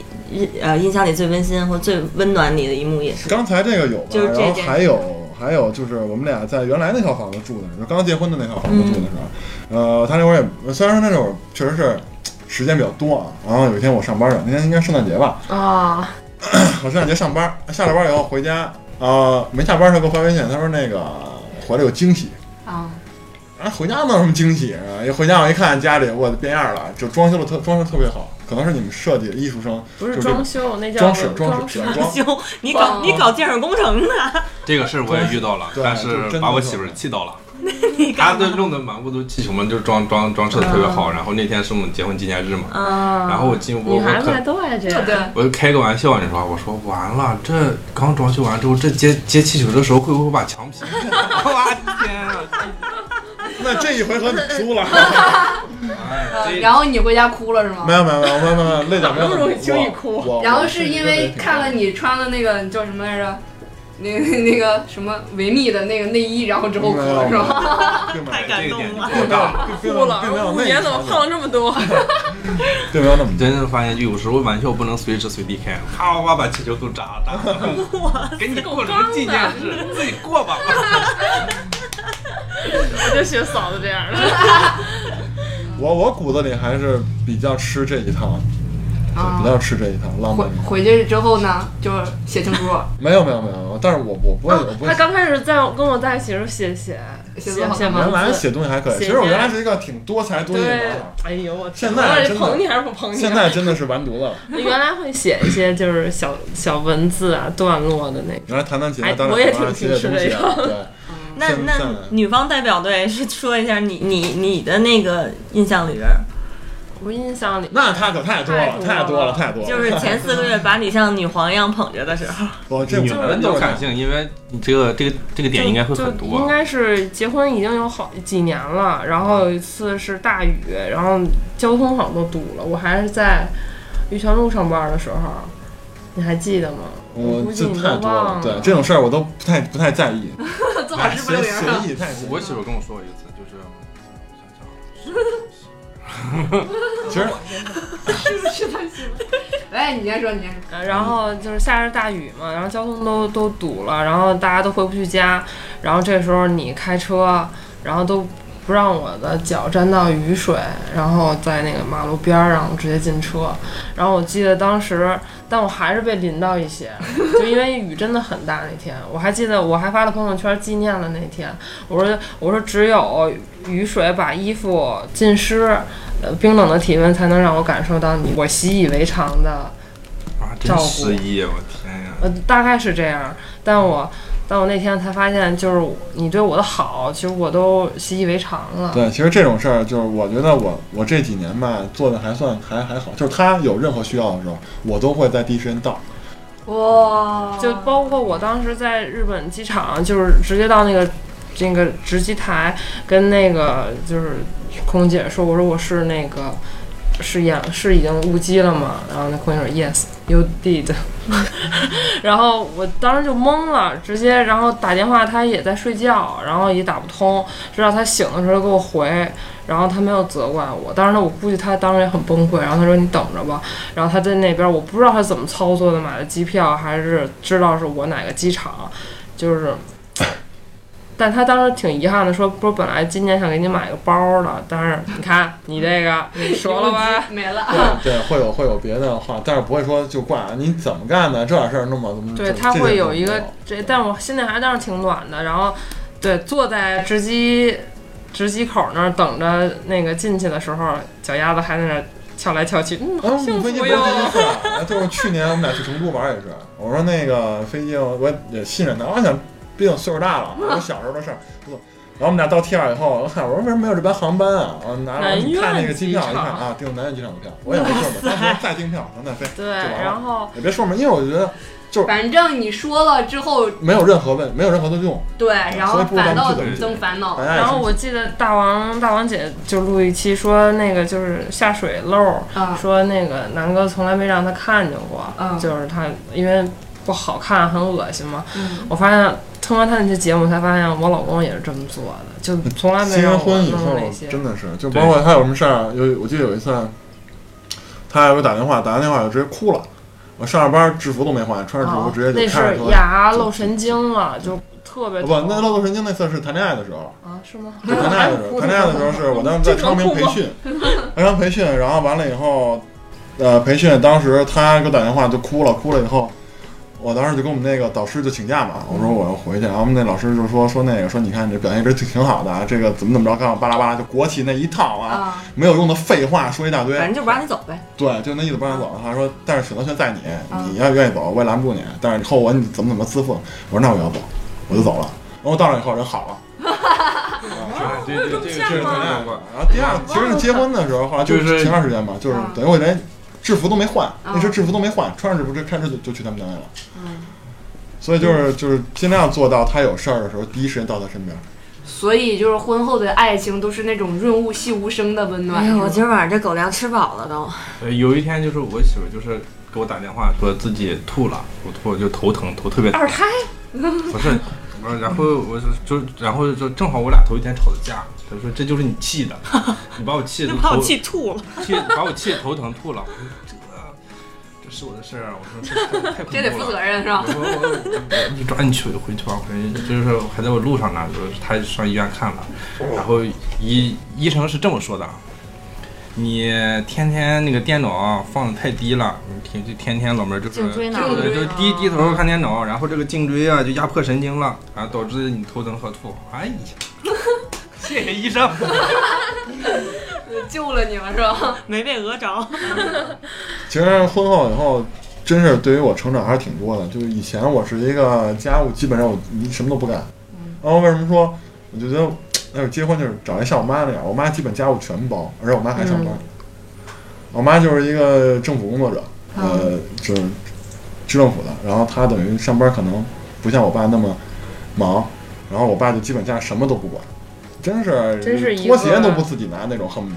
Speaker 4: 呃印象里最温馨或最温暖你的一幕也是 [LAUGHS]
Speaker 1: 刚才这个有吧，
Speaker 4: 就是这
Speaker 1: 然后
Speaker 4: 件
Speaker 1: 还有还有就是我们俩在原来那套房子住的时候，刚结婚的那套房子住的时候，
Speaker 5: 嗯
Speaker 1: 呃，他那会儿也虽然说那会儿确实是时间比较多啊，然后有一天我上班了，那天应该圣诞节吧，
Speaker 5: 啊，
Speaker 1: 我圣诞节上班，下了班以后回家，呃，没下班他给我发微信，他说那个回来有惊喜。
Speaker 2: 啊，
Speaker 1: 啊，回家能有什么惊喜啊？一回家我一看家里，我变样了，就装修的特装修特别好，可能是你们设计艺术生
Speaker 5: 不是
Speaker 1: 就这
Speaker 5: 装修，那叫
Speaker 1: 装饰装
Speaker 5: 装
Speaker 1: 饰
Speaker 5: 饰。
Speaker 1: 软
Speaker 4: 装
Speaker 1: 装。
Speaker 4: 修，你搞你搞建筑工程呢？
Speaker 3: 这个事儿我也遇到了，
Speaker 1: 对
Speaker 3: 但
Speaker 1: 就是真的
Speaker 3: 把我
Speaker 1: 是
Speaker 3: 媳妇儿气到了。
Speaker 4: 你
Speaker 3: 他
Speaker 4: 干
Speaker 3: 都
Speaker 4: 嘛？嗯
Speaker 3: 弄得满屋都气球嘛，就装装装饰的特别好。然后那天是我们结婚纪念日嘛，
Speaker 4: 啊，
Speaker 3: 然后我进我
Speaker 5: 女
Speaker 3: 我
Speaker 5: 孩子
Speaker 3: 可
Speaker 5: 还都爱这样，
Speaker 2: 对，
Speaker 3: 我就开个玩笑，你说，我说完了，这刚装修完之后，这接接气球的时候会不会把墙皮？ [LAUGHS] 我的天啊！
Speaker 1: 那这一回合你
Speaker 5: [LAUGHS]
Speaker 1: 输了，
Speaker 3: 哎，这
Speaker 2: 然后你回家哭了是吗
Speaker 1: 没？有没有没有没有没有，泪点没有
Speaker 5: 容易
Speaker 1: 很
Speaker 5: 轻易
Speaker 1: 多。
Speaker 5: 哭
Speaker 1: 我我
Speaker 2: 然后
Speaker 1: 我
Speaker 2: 是
Speaker 1: 是
Speaker 2: 因为看了
Speaker 1: 你，
Speaker 2: 你穿的那个叫什么来着？那那个什么维密的那个内衣，然后之后哭了是吧？
Speaker 1: 并没
Speaker 4: 太
Speaker 1: 有
Speaker 4: 感
Speaker 3: 这个点就
Speaker 4: 动了。
Speaker 3: 做大了。
Speaker 1: 并没
Speaker 5: 哭
Speaker 1: 有
Speaker 5: 了
Speaker 1: 并没有，
Speaker 5: 五
Speaker 1: 那
Speaker 5: 年怎么胖了这么
Speaker 1: [LAUGHS]
Speaker 5: 多？
Speaker 1: 并没有那么多。
Speaker 3: 真正发现，就有时候玩笑不能随时随地 [LAUGHS] 开，啪啪啪把气球都炸了，
Speaker 4: [LAUGHS]
Speaker 3: 给你过什么纪念日，自己过吧。
Speaker 5: 我就学嫂子这样的，
Speaker 1: 我我骨子里还是比较吃这一套，
Speaker 2: 啊
Speaker 1: 比较吃这一套浪
Speaker 2: 回
Speaker 1: 漫。
Speaker 2: 回去之后呢，就写情书，
Speaker 1: 没有没有没有，但是我我不会
Speaker 2: 哦
Speaker 1: 我不会
Speaker 5: 他。刚开始在跟我在一起的时候写写
Speaker 2: 写
Speaker 5: 写
Speaker 2: 作好
Speaker 5: 写
Speaker 1: 原来
Speaker 5: 文字，
Speaker 1: 写东西还可以，
Speaker 5: 写
Speaker 1: 其实我
Speaker 5: 下
Speaker 1: 原来是一个挺多才多艺的
Speaker 5: 对
Speaker 1: 人啊，，
Speaker 5: 哎呦我天
Speaker 1: 现在
Speaker 5: 我
Speaker 1: 真
Speaker 5: 得
Speaker 1: 的
Speaker 5: 捧你还是不捧你？
Speaker 1: 现在真的是完犊子了。
Speaker 5: [LAUGHS] 原来会写一些就是小小文字啊、段落的那种。
Speaker 1: 原来弹弹吉他，
Speaker 5: 哎
Speaker 1: 当然
Speaker 5: 我也
Speaker 1: 弹弹
Speaker 5: 挺
Speaker 1: 吉他
Speaker 5: 挺
Speaker 1: 东
Speaker 5: 吃
Speaker 1: 西
Speaker 5: 这
Speaker 1: 啊，
Speaker 5: [LAUGHS]
Speaker 1: 对。
Speaker 5: 嗯
Speaker 4: 那
Speaker 1: 现在
Speaker 4: 那女方代表队是说一下你你你的那个印象里边儿，
Speaker 5: 我印象里，
Speaker 1: 那他可太多了，太
Speaker 5: 太
Speaker 1: 多
Speaker 5: 多
Speaker 1: 了，
Speaker 5: 了
Speaker 1: 太多了。
Speaker 4: 就是前四个月把你像女皇一样捧着的时候，
Speaker 1: 我这
Speaker 3: 女孩子都感性，因为你这个这个这个点应该会很
Speaker 5: 就应
Speaker 3: 多。啊
Speaker 5: 该是结婚已经有好几年了，然后有一次是大雨，然后交通好像都堵了，我还是在玉泉路上班的时候，你还记得吗？
Speaker 1: 我
Speaker 5: 估计
Speaker 1: 这
Speaker 5: 你
Speaker 1: 太
Speaker 5: 都
Speaker 1: 多
Speaker 5: 忘
Speaker 1: 了，对这种事儿我都不太不太在意，哎
Speaker 2: 做好事不留名
Speaker 1: 随
Speaker 2: 啊。
Speaker 1: 随意太随意
Speaker 3: 我媳妇跟我说过一次，就是想
Speaker 1: 其实
Speaker 2: 哎，你先说，你先说。
Speaker 5: 呃然后就是下着大雨嘛，然后交通都都堵了，然后大家都回不去家，然后这时候你开车，然后都不让我的脚沾到雨水，然后在那个马路边儿上直接进车，然后我记得当时，但我还是被淋到一些，就因为雨真的很大那天，我还记得我还发了朋友圈纪念了那天，我说我说只有雨水把衣服浸湿，呃，冰冷的体温才能让我感受到你我习以为常的。
Speaker 3: [LAUGHS] 啊，真失忆，我天呀！
Speaker 5: 呃，大概是这样。但我，但我那天才发现，就是你对我的好，其实我都习以为常了。
Speaker 1: 对，其实这种事儿就是我觉得我我这几年吧做的还算还还好，就是他有任何需要的时候，我都会在第一时间到。
Speaker 2: 哇，
Speaker 5: 就包括我当时在日本机场，就是直接到那个那个值机台，跟那个就是空姐说，我说我是那个。是演是已经误机了吗？然后那空姐说 Yes, you did 。然后我当时就懵了，直接然后打电话，他也在睡觉，然后也打不通，直到他醒的时候给我回，然后他没有责怪我。当时我估计他当时也很崩溃，然后他说你等着吧，然后他在那边，我不知道他怎么操作的，买的机票还是知道是我哪个机场，就是，但他当时挺遗憾的说，不是本来今年想给你买个包的，但是你看你这个，你说了吧？
Speaker 2: 没了啊。
Speaker 1: 对对，会有会有别的话，但是不会说就挂你怎么干的这点事儿弄吧，怎么
Speaker 5: 嗯对
Speaker 1: 这
Speaker 5: 他
Speaker 1: 这
Speaker 5: 会
Speaker 1: 点
Speaker 5: 有一
Speaker 1: 没
Speaker 5: 个这，但我心里还是当时挺暖的。然后，对，坐在值机值机口那儿等着那个进去的时候，脚丫子还在那儿翘来翘去， [LAUGHS] 嗯，好
Speaker 1: 嗯，
Speaker 5: 幸
Speaker 1: 我
Speaker 5: 福
Speaker 1: 飞机不是
Speaker 5: 哟。
Speaker 1: 第一次啊，就是去年我们俩去成都玩也是，我说那个飞机我我也信任他，我想毕竟岁数大了，我小时候的事儿。我然后我们俩到 T 二以后，我看我说为什么没有这班航班啊？我拿着
Speaker 5: 南苑
Speaker 1: 我看那个机票，
Speaker 5: 机
Speaker 1: 一
Speaker 5: 场
Speaker 1: 看啊，订南苑机场的票，我也没事嘛，当时再订票，咱再飞，
Speaker 5: 对，
Speaker 1: 就完
Speaker 5: 然
Speaker 1: 了。
Speaker 5: 后
Speaker 1: 也别说嘛，因为我觉得
Speaker 2: 反正你说了之后，
Speaker 1: 没有任何问，没有任何的用，
Speaker 2: 对，然后
Speaker 1: 所以不如咱们
Speaker 2: 反倒
Speaker 1: 自己
Speaker 2: 增烦恼
Speaker 1: 大。家
Speaker 5: 哦
Speaker 1: 也
Speaker 5: 然后
Speaker 1: 是
Speaker 5: 我记得大王大王姐就录一期说那个就是下水漏儿，
Speaker 2: 啊，
Speaker 5: 说那个南哥从来没让他看见过，
Speaker 2: 嗯
Speaker 5: 就是他因为不好看很恶心嘛。
Speaker 2: 嗯，
Speaker 5: 我发现通过他那期节目才发现，我老公也是这么做的，就从来没
Speaker 1: 结
Speaker 5: 让我
Speaker 1: 婚以
Speaker 5: 弄
Speaker 1: 后
Speaker 5: 那些。
Speaker 1: 真的是，就包括他有什么事儿，有我记得有一次，他要给我打电话，打完电话我就直接哭了。我上着班制服都没换，穿着制服
Speaker 5: 哦
Speaker 1: 直接
Speaker 5: 那
Speaker 1: 就开着
Speaker 5: 是
Speaker 1: 车。
Speaker 5: 牙
Speaker 1: 就
Speaker 5: 露神经了，就特别
Speaker 1: 不，那
Speaker 5: 疼
Speaker 1: 露露神经那次是谈恋爱的时候，
Speaker 5: 啊是吗？
Speaker 1: 就谈恋爱的时
Speaker 5: [LAUGHS]
Speaker 1: 候，谈恋爱的时候是我当时在昌平培训，在昌平培训，然后完了以后，呃，培训当时他给我打电话就哭了，哭了以后，我当时就跟我们那个导师就请假嘛，我说我要回去，然后我们那老师就说说那个说你看你这表现一直挺挺好的啊，这个怎么怎么着，干巴拉巴拉就国企那一套啊，
Speaker 2: 啊，
Speaker 1: 没有用的废话说一大堆，
Speaker 4: 反正就不让你走呗。
Speaker 1: 对，就那意思不让走。他说，但是选择权在你，
Speaker 2: 嗯
Speaker 1: 你要愿意走，我也拦不住你。但是后果你怎么怎么自负。我说那我要走，我就走了。然后到那以后人好了，
Speaker 3: 啊对对，这个
Speaker 1: 这是
Speaker 3: 是
Speaker 1: 咱
Speaker 3: 咱
Speaker 1: 俩
Speaker 3: 俩
Speaker 1: 的。然后第二，其实是结婚的时候，后来
Speaker 3: 就是
Speaker 1: 前段时间吧，就是
Speaker 2: 啊
Speaker 1: 等于我连制服都没换，
Speaker 2: 啊
Speaker 1: 那身制服都没换，穿上制服就看着就就去他们单位了。所以就是就是尽量做到他有事儿的时候第一时间到他身边。
Speaker 2: 所以就是婚后的爱情都是那种润物细无声的温暖。
Speaker 4: 哎
Speaker 2: 是
Speaker 4: 呦，
Speaker 2: 吗
Speaker 4: 我今儿晚上这狗粮吃饱了都。
Speaker 3: 呃，有一天就是我媳妇儿就是给我打电话说自己吐了，我吐就头疼，头特别疼。
Speaker 2: 二胎
Speaker 3: [LAUGHS] 不是，我然后我就就然后就正好我俩头一天吵的架，她说这就是你气的，你把我气
Speaker 4: [LAUGHS]
Speaker 3: 的头
Speaker 4: 吐了。
Speaker 3: 气把我气得头疼吐了。我说这这是我的事儿啊，我说这太太恐怖
Speaker 2: 这
Speaker 3: 了。
Speaker 2: 得负责任是吧？
Speaker 3: 我我你抓紧去回去吧，我感觉就是还在我路上呢，就是他上医院看了，然后医医生是这么说的，你天天那个电脑放的太低了，你天就天天老妹儿就是
Speaker 4: 颈椎呢
Speaker 3: 对就低低头看电脑，然后这个颈椎啊就压迫神经了，啊导致你头疼和吐，哎呀，谢谢医生，
Speaker 2: 救了你们是吧？ [LAUGHS]
Speaker 4: 没被讹着，
Speaker 1: 其实婚后以后，真是对于我成长还是挺多的。就是以前我是一个家务，基本上我什么都不干。
Speaker 5: 嗯
Speaker 1: 然后为什么说，我就觉得，哎呦，结婚就是找一像我妈那样，我妈基本家务全包，而且我妈还上班。
Speaker 5: 嗯
Speaker 1: 我妈就是一个政府工作者，呃，就是支政府的。然后她等于上班可能不像我爸那么忙，然后我爸就基本家什么都不管，真是
Speaker 5: 真是一
Speaker 1: 拖鞋
Speaker 5: 个
Speaker 1: 都不自己拿那种，恨不得。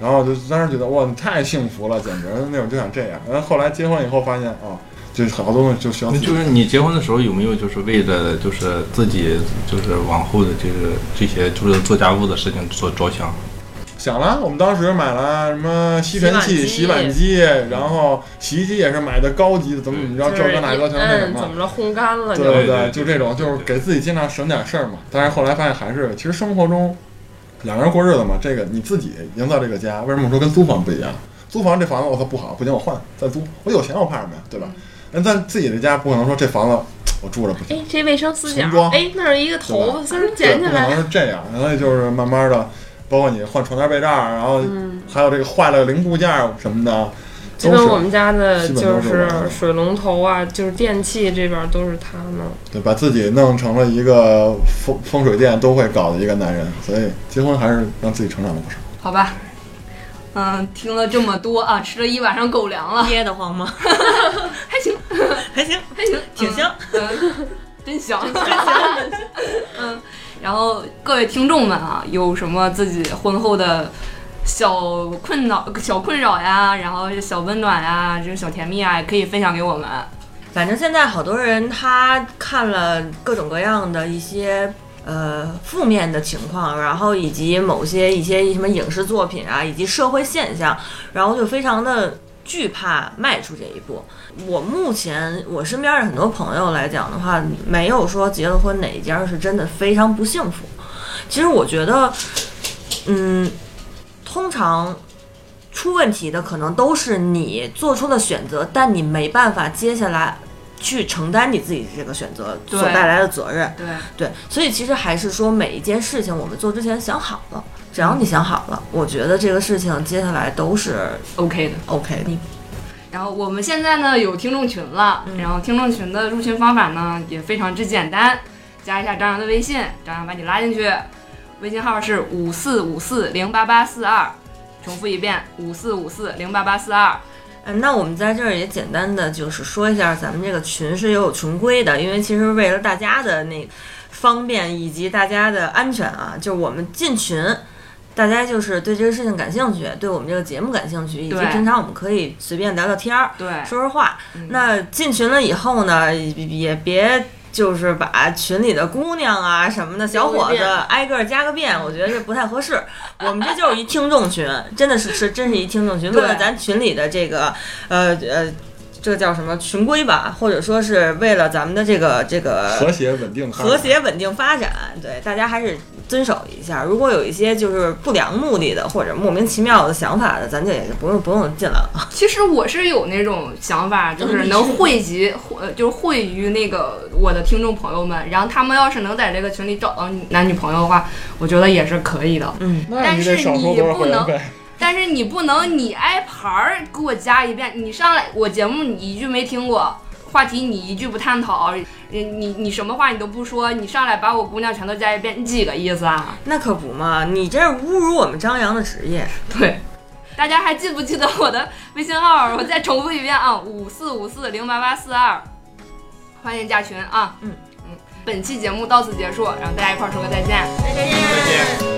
Speaker 1: 然后就当时觉得哇，你太幸福了，简直那种就想这样。然后后来结婚以后发现啊，就是好多东西就需要自己
Speaker 3: 就是你结婚的时候有没有就是为了就是自己就是往后的这个这些就是做家务的事情做着想？
Speaker 1: 想了，我们当时买了什么吸尘器、洗
Speaker 5: 洗
Speaker 1: 碗
Speaker 5: 碗
Speaker 1: 机，然后洗衣机也是买的高级的，怎么怎么着，
Speaker 5: 就是
Speaker 1: 这
Speaker 5: 一
Speaker 1: 个那个全那什
Speaker 5: 摁怎么
Speaker 1: 么。
Speaker 5: 着烘干了
Speaker 1: 对
Speaker 5: 就，
Speaker 1: 对
Speaker 3: 对对
Speaker 1: 就这种，就是给自己尽量省点事儿嘛。但是后来发现还是，其实生活中两个人过日子嘛，这个你自己营造这个家，为什么我说跟租房不一样？租房这房子我操不好，不行我换再租，我有钱我怕什么呀，对吧？那
Speaker 5: 嗯
Speaker 1: 咱自己的家不可能说这房子我住着不行
Speaker 5: 哎，，这卫生死角
Speaker 1: 重装，
Speaker 5: 哎，那儿一个头发丝儿
Speaker 1: 对，
Speaker 5: 捡
Speaker 1: 不
Speaker 5: 起
Speaker 1: 可能
Speaker 5: 来，
Speaker 1: 是这样。然后就是慢慢的，包括你换床单被罩儿，然后还有这个坏了零部件儿什么的，
Speaker 5: 基
Speaker 1: 都
Speaker 5: 本
Speaker 1: 是
Speaker 5: 我们家的
Speaker 1: 基本都
Speaker 5: 就是是
Speaker 1: 我
Speaker 5: 水龙头啊，就是电器这边都是他们。
Speaker 1: 对，把自己弄成了一个风风水店都会搞的一个男人。所以结婚还是让自己成长了不少。
Speaker 2: 好吧，嗯，听了这么多啊，吃了一晚上狗粮了， [LAUGHS]
Speaker 4: 噎得慌 [LAUGHS] 吗？
Speaker 2: 还行，
Speaker 4: [LAUGHS] 还行，
Speaker 2: 还行，
Speaker 4: 哎挺
Speaker 2: 嗯
Speaker 4: 香。
Speaker 2: 嗯，真香， [LAUGHS] 嗯，然后各位听众们啊，有什么自己婚后的小困扰、小困扰呀，然后小温暖呀，这种小甜蜜啊，也可以分享给我们。
Speaker 4: 反正现在好多人他看了各种各样的一些呃负面的情况，然后以及某些一些什么影视作品啊，以及社会现象，然后就非常的惧怕迈出这一步。我目前我身边的很多朋友来讲的话，没有说结了婚哪一家是真的非常不幸福。其实我觉得，嗯，通常出问题的可能都是你做出的选择，但你没办法接下来去承担你自己这个选择
Speaker 2: 对
Speaker 4: 所带来的责任。
Speaker 2: 对，
Speaker 4: 对，所以其实还是说每一件事情我们做之前想好了，只要你想好了，我觉得这个事情接下来都是
Speaker 2: OK 的。
Speaker 4: OK 的。
Speaker 2: 然后我们现在呢有听众群了，然后听众群的入群方法呢也非常之简单，加一下张扬的微信，张扬把你拉进去，微信号是五四五四零八八四二，重复一遍五四五四零八八四二。
Speaker 4: 嗯，那我们在这儿也简单的就是说一下，咱们这个群是有群规的，因为其实为了大家的那方便以及大家的安全啊，就是我们进群，大家就是对这个事情感兴趣，对我们这个节目感兴趣，以及
Speaker 2: 对
Speaker 4: 平常我们可以随便聊聊天儿，
Speaker 2: 对，
Speaker 4: 说说话。
Speaker 2: 嗯
Speaker 4: 那进群了以后呢，也也别就是把群里的姑娘啊什么的小伙
Speaker 5: 丢一
Speaker 4: 子
Speaker 5: 遍
Speaker 4: 挨个儿加个遍，我觉得这不太合适。我们这就是一听众群，真的是是真是一听众群。为
Speaker 2: 对
Speaker 4: 了咱群里的这个呃呃。这叫什么群规吧，或者说是为了咱们的这个这个
Speaker 1: 和谐稳定，
Speaker 4: 呃和。谐稳定发展，对大家还是遵守一下。如果有一些就是不良目的的或者莫名其妙的想法的，咱就也不用不用进来了。
Speaker 2: 其实我是有那种想法，就是能汇集，呃就是汇于那个我的听众朋友们，然后他们要是能在这个群里找到男女朋友的话，我觉得也是可以的。
Speaker 4: 嗯，
Speaker 1: 那你得少收多少会员费？
Speaker 2: 但是你不能你挨牌儿给我加一遍，你上来我节目你一句没听过，话题你一句不探讨，你你你什么话你都不说，你上来把我姑娘全都加一遍，你几个意思啊？
Speaker 4: 那可不嘛，你这是侮辱我们张扬的职业。
Speaker 2: 对，大家还记不记得我的微信号？ [LAUGHS] 我再重复一遍啊，五四五四零八八四二，欢迎加群啊。
Speaker 4: 嗯
Speaker 2: 嗯，本期节目到此结束，然后大家一块儿说个再见。
Speaker 4: 再见。
Speaker 3: 再见。